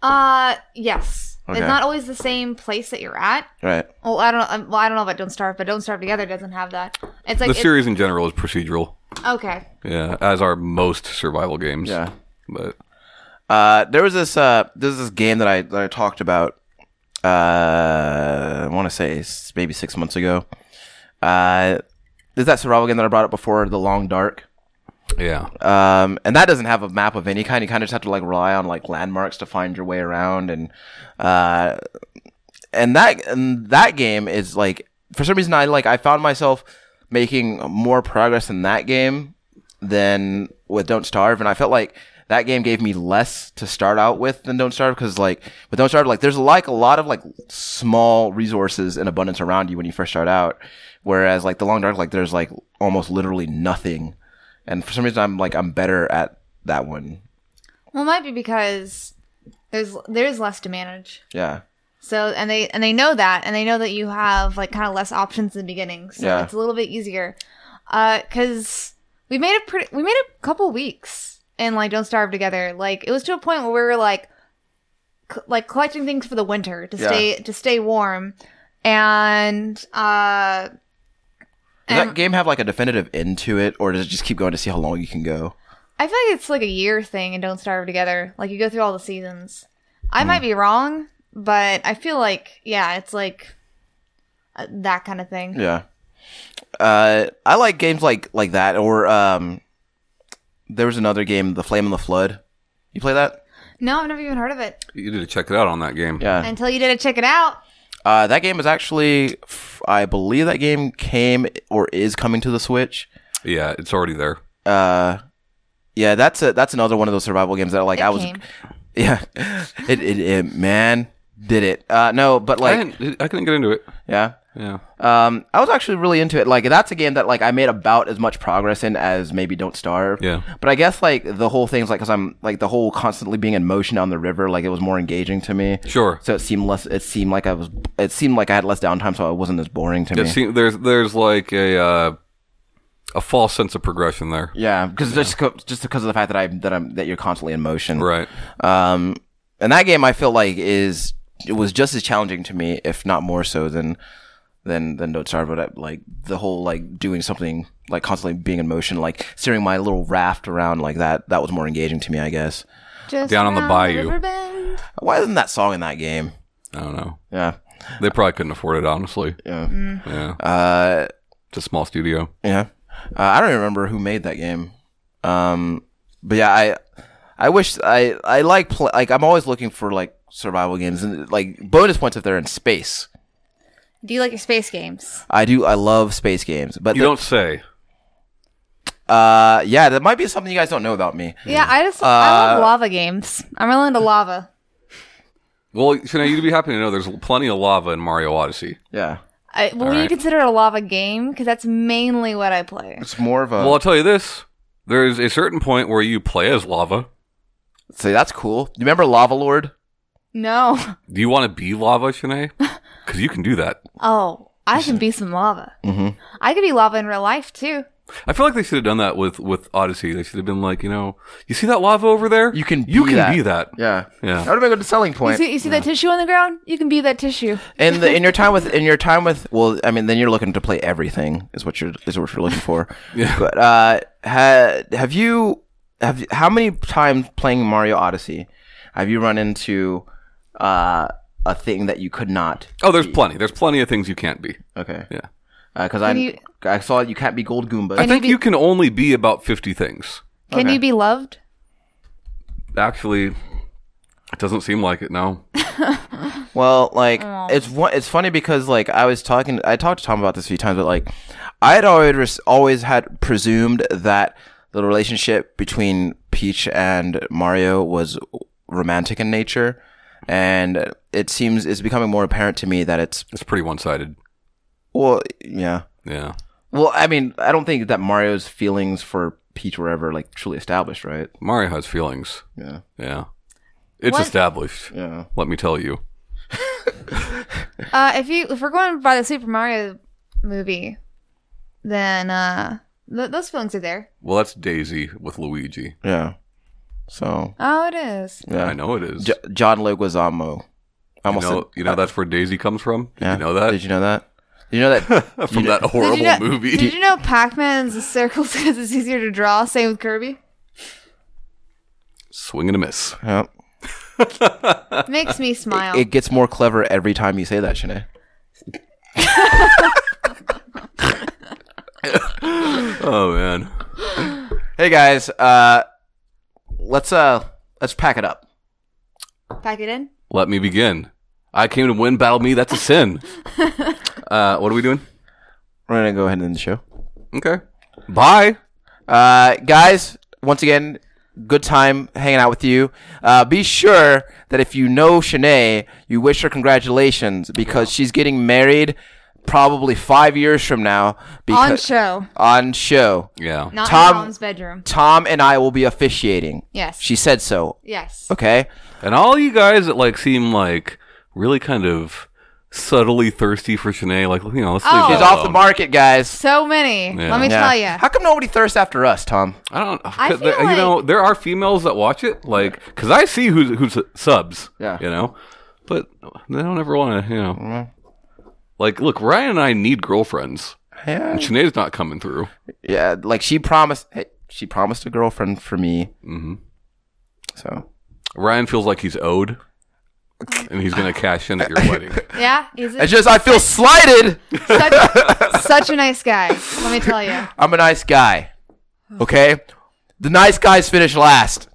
Uh, yes, Okay. it's not always the same place that you're at. Right. Well, I don't. um, Well, I don't know about Don't Starve, but Don't Starve Together doesn't have that. It's like The it's- series in general is procedural. okay. Yeah, as are most survival games. Yeah. But Uh, there was this uh, there's this game that I that I talked about. Uh, I want to say s- maybe six months ago. Uh, there's that survival game that I brought up before, The Long Dark. yeah. Um, and that doesn't have a map of any kind. You kind of just have to like rely on like landmarks to find your way around, and uh, and that and that game is like for some reason I like I found myself making more progress in that game than with Don't Starve, and I felt like that game gave me less to start out with than Don't Starve because like with Don't Starve, like there's like a lot of like small resources and abundance around you when you first start out, whereas like the Long Dark, like there's like almost literally nothing, and for some reason I'm like I'm better at that one. Well, it might be because there's there's less to manage. Yeah. So and they and they know that and they know that you have like kind of less options in the beginning. So Yeah. it's a little bit easier. Uh cuz we made a pretty we made a couple weeks in like Don't Starve together. Like it was to a point where we were like c- like collecting things for the winter to Yeah. stay to stay warm and uh Does Um, that game have like a definitive end to it, or does it just keep going to see how long you can go? I feel like it's like a year thing and Don't Starve Together. Like you go through all the seasons. I Hmm. might be wrong, but I feel like yeah, it's like uh, that kind of thing. Yeah. Uh, I like games like like that, or um, there was another game, The Flame and the Flood. You play that? No, I've never even heard of it You need to check it out on that game. Yeah. until you did a check it out. Uh, that game is actually, f- I believe that game came or is coming to the Switch. Yeah, it's already there. Uh, yeah, that's a that's another one of those survival games that like It I was, came. yeah, it, it it man did it. Uh, no, but I, like didn't, I couldn't get into it. yeah, Yeah. Um, I was actually really into it. Like that's a game that like I made about as much progress in as maybe Don't Starve. Yeah. But I guess like the whole thing's like because I'm like the whole constantly being in motion down the river. Like it was more engaging to me. Sure. So it seemed less. It seemed like I was. It seemed like I had less downtime, so it wasn't as boring to me. It seems there's there's like a uh, a false sense of progression there. yeah, because just 'cause- just because of the fact that I that I'm that you're constantly in motion. Right. Um, and that game I feel like is it was just as challenging to me, if not more so than than than Don't Starve. But I, like the whole like doing something like constantly being in motion, like steering my little raft around like that. That was more engaging to me, I guess. Just Down on the around bayou. river bend. Why isn't that song in that game? I don't know. Yeah. They probably couldn't afford it, honestly. Yeah. Yeah, Uh, it's a small studio. yeah. Uh, I don't even remember who made that game. Um, but yeah, I I wish I I like pl- like I'm always looking for like survival games and like bonus points if they're in space. Do you like your space games? I do. I love space games, but You the- don't say. uh, yeah, that might be something you guys don't know about me. Yeah, I just I love lava games. I'm really into lava. Well, Shanae, you'd be happy to know there's plenty of lava in Mario Odyssey. Yeah, I, well, All you right. consider it a lava game because that's mainly what I play. it's more of a. Well, I'll tell you this: there's a certain point where you play as lava. say that's cool. You remember Lava Lord? No, Do you want to be lava, Shanae? Because you can do that. oh, I can be some lava. Mm-hmm. I could be lava in real life too. I feel like they should have done that with with Odyssey. They should have been like, you know, you see that lava over there? You can you be can that." be that. Yeah, Yeah. That would have been a good selling You point. see, you see that tissue on the ground? You can be that tissue. And the, in your time with in your time with well, I mean, then you're looking to play everything is what you're is what you're looking for. Yeah. But uh, ha, have you have you- how many times playing Mario Odyssey have you run into uh, a thing that you could not? Oh, there's plenty. There's plenty of things you can't be. Okay. Yeah. Because Uh, I you- I saw you can't be Gold Goomba. I Can you think be- you can only be about 50 things. Can Okay. you be loved? Actually, it doesn't seem like it now. Well, like it's one. It's funny because like I was talking, I talked to Tom about this a few times, but like I had always always had presumed that the relationship between Peach and Mario was romantic in nature, and it seems it's becoming more apparent to me that it's It's pretty one-sided. well, yeah. Yeah. Well, I mean, I don't think that Mario's feelings for Peach were ever like truly established, right? Mario has feelings. Yeah, Yeah. It's What- established. yeah. Let me tell you. Uh, if you if we're going by the Super Mario movie, then uh, th- those feelings are there. Well, that's Daisy with Luigi. Yeah. So Oh, it is. Yeah. I know it is. J- John Leguizamo. I you almost know, said- you know that's where Daisy comes from? Did Yeah. you know that? Did you know that? Did you know that? From that horrible did you know, movie. Did you know Pac-Man's circles because it's easier to draw? Same with Kirby. Swing and a miss. yeah. Makes me smile. It gets more clever every time you say that, Shanae. Oh, man. Hey guys, uh, let's uh, let's pack it up. Pack it in. Let me begin. I came to win, battle me. That's a sin. uh, what are we doing? We're gonna go ahead and end the show. Okay. Bye. Uh, guys, once again, good time hanging out with you. Uh, be sure that if you know Shanae, you wish her congratulations because she's getting married probably five years from now. On Because show, on show, Yeah. not Tom- in Tom's bedroom. Tom and I will be officiating. Yes. She said so. yes. Okay. And all you guys that like seem like really kind of subtly thirsty for Shanae, like you know, let's leave Oh. her She's She's off the alone. market, guys. So many. Yeah. Let me Yeah. tell you. How come nobody thirsts after us, Tom? I don't. I feel you know, there are females that watch it, like because I see who's who's subs. Yeah. You know, but they don't ever want to. You know, Mm-hmm. like look, Ryan and I need girlfriends. Yeah. And Shanae's not coming through. Yeah, like she promised hey, she promised a girlfriend for me. Mm-hmm. So Ryan feels like he's owed, and he's gonna cash in at your wedding. Yeah, he's a- it's just I feel slighted. such, such a nice guy. Let me tell you. I'm a nice guy. Okay? The nice guys finish last.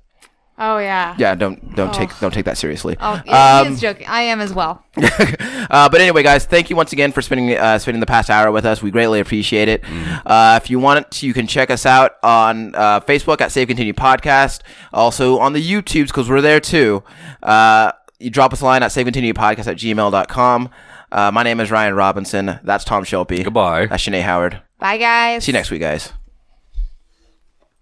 Oh yeah. Yeah, don't don't take don't take that seriously. Oh, yeah, Um, he is joking. I am as well. Uh, but anyway, guys, thank you once again for spending uh, spending the past hour with us. We greatly appreciate it. Uh, if you want to, you can check us out on uh, Facebook at Save Continue Podcast, also on the YouTubes because we're there too. Uh, you drop us a line at savecontinuepodcast at gmail.com. Uh, my name is Ryan Robinson. That's Tom Shelby. Goodbye. That's Shanae Howard. Bye, guys. See you next week, guys.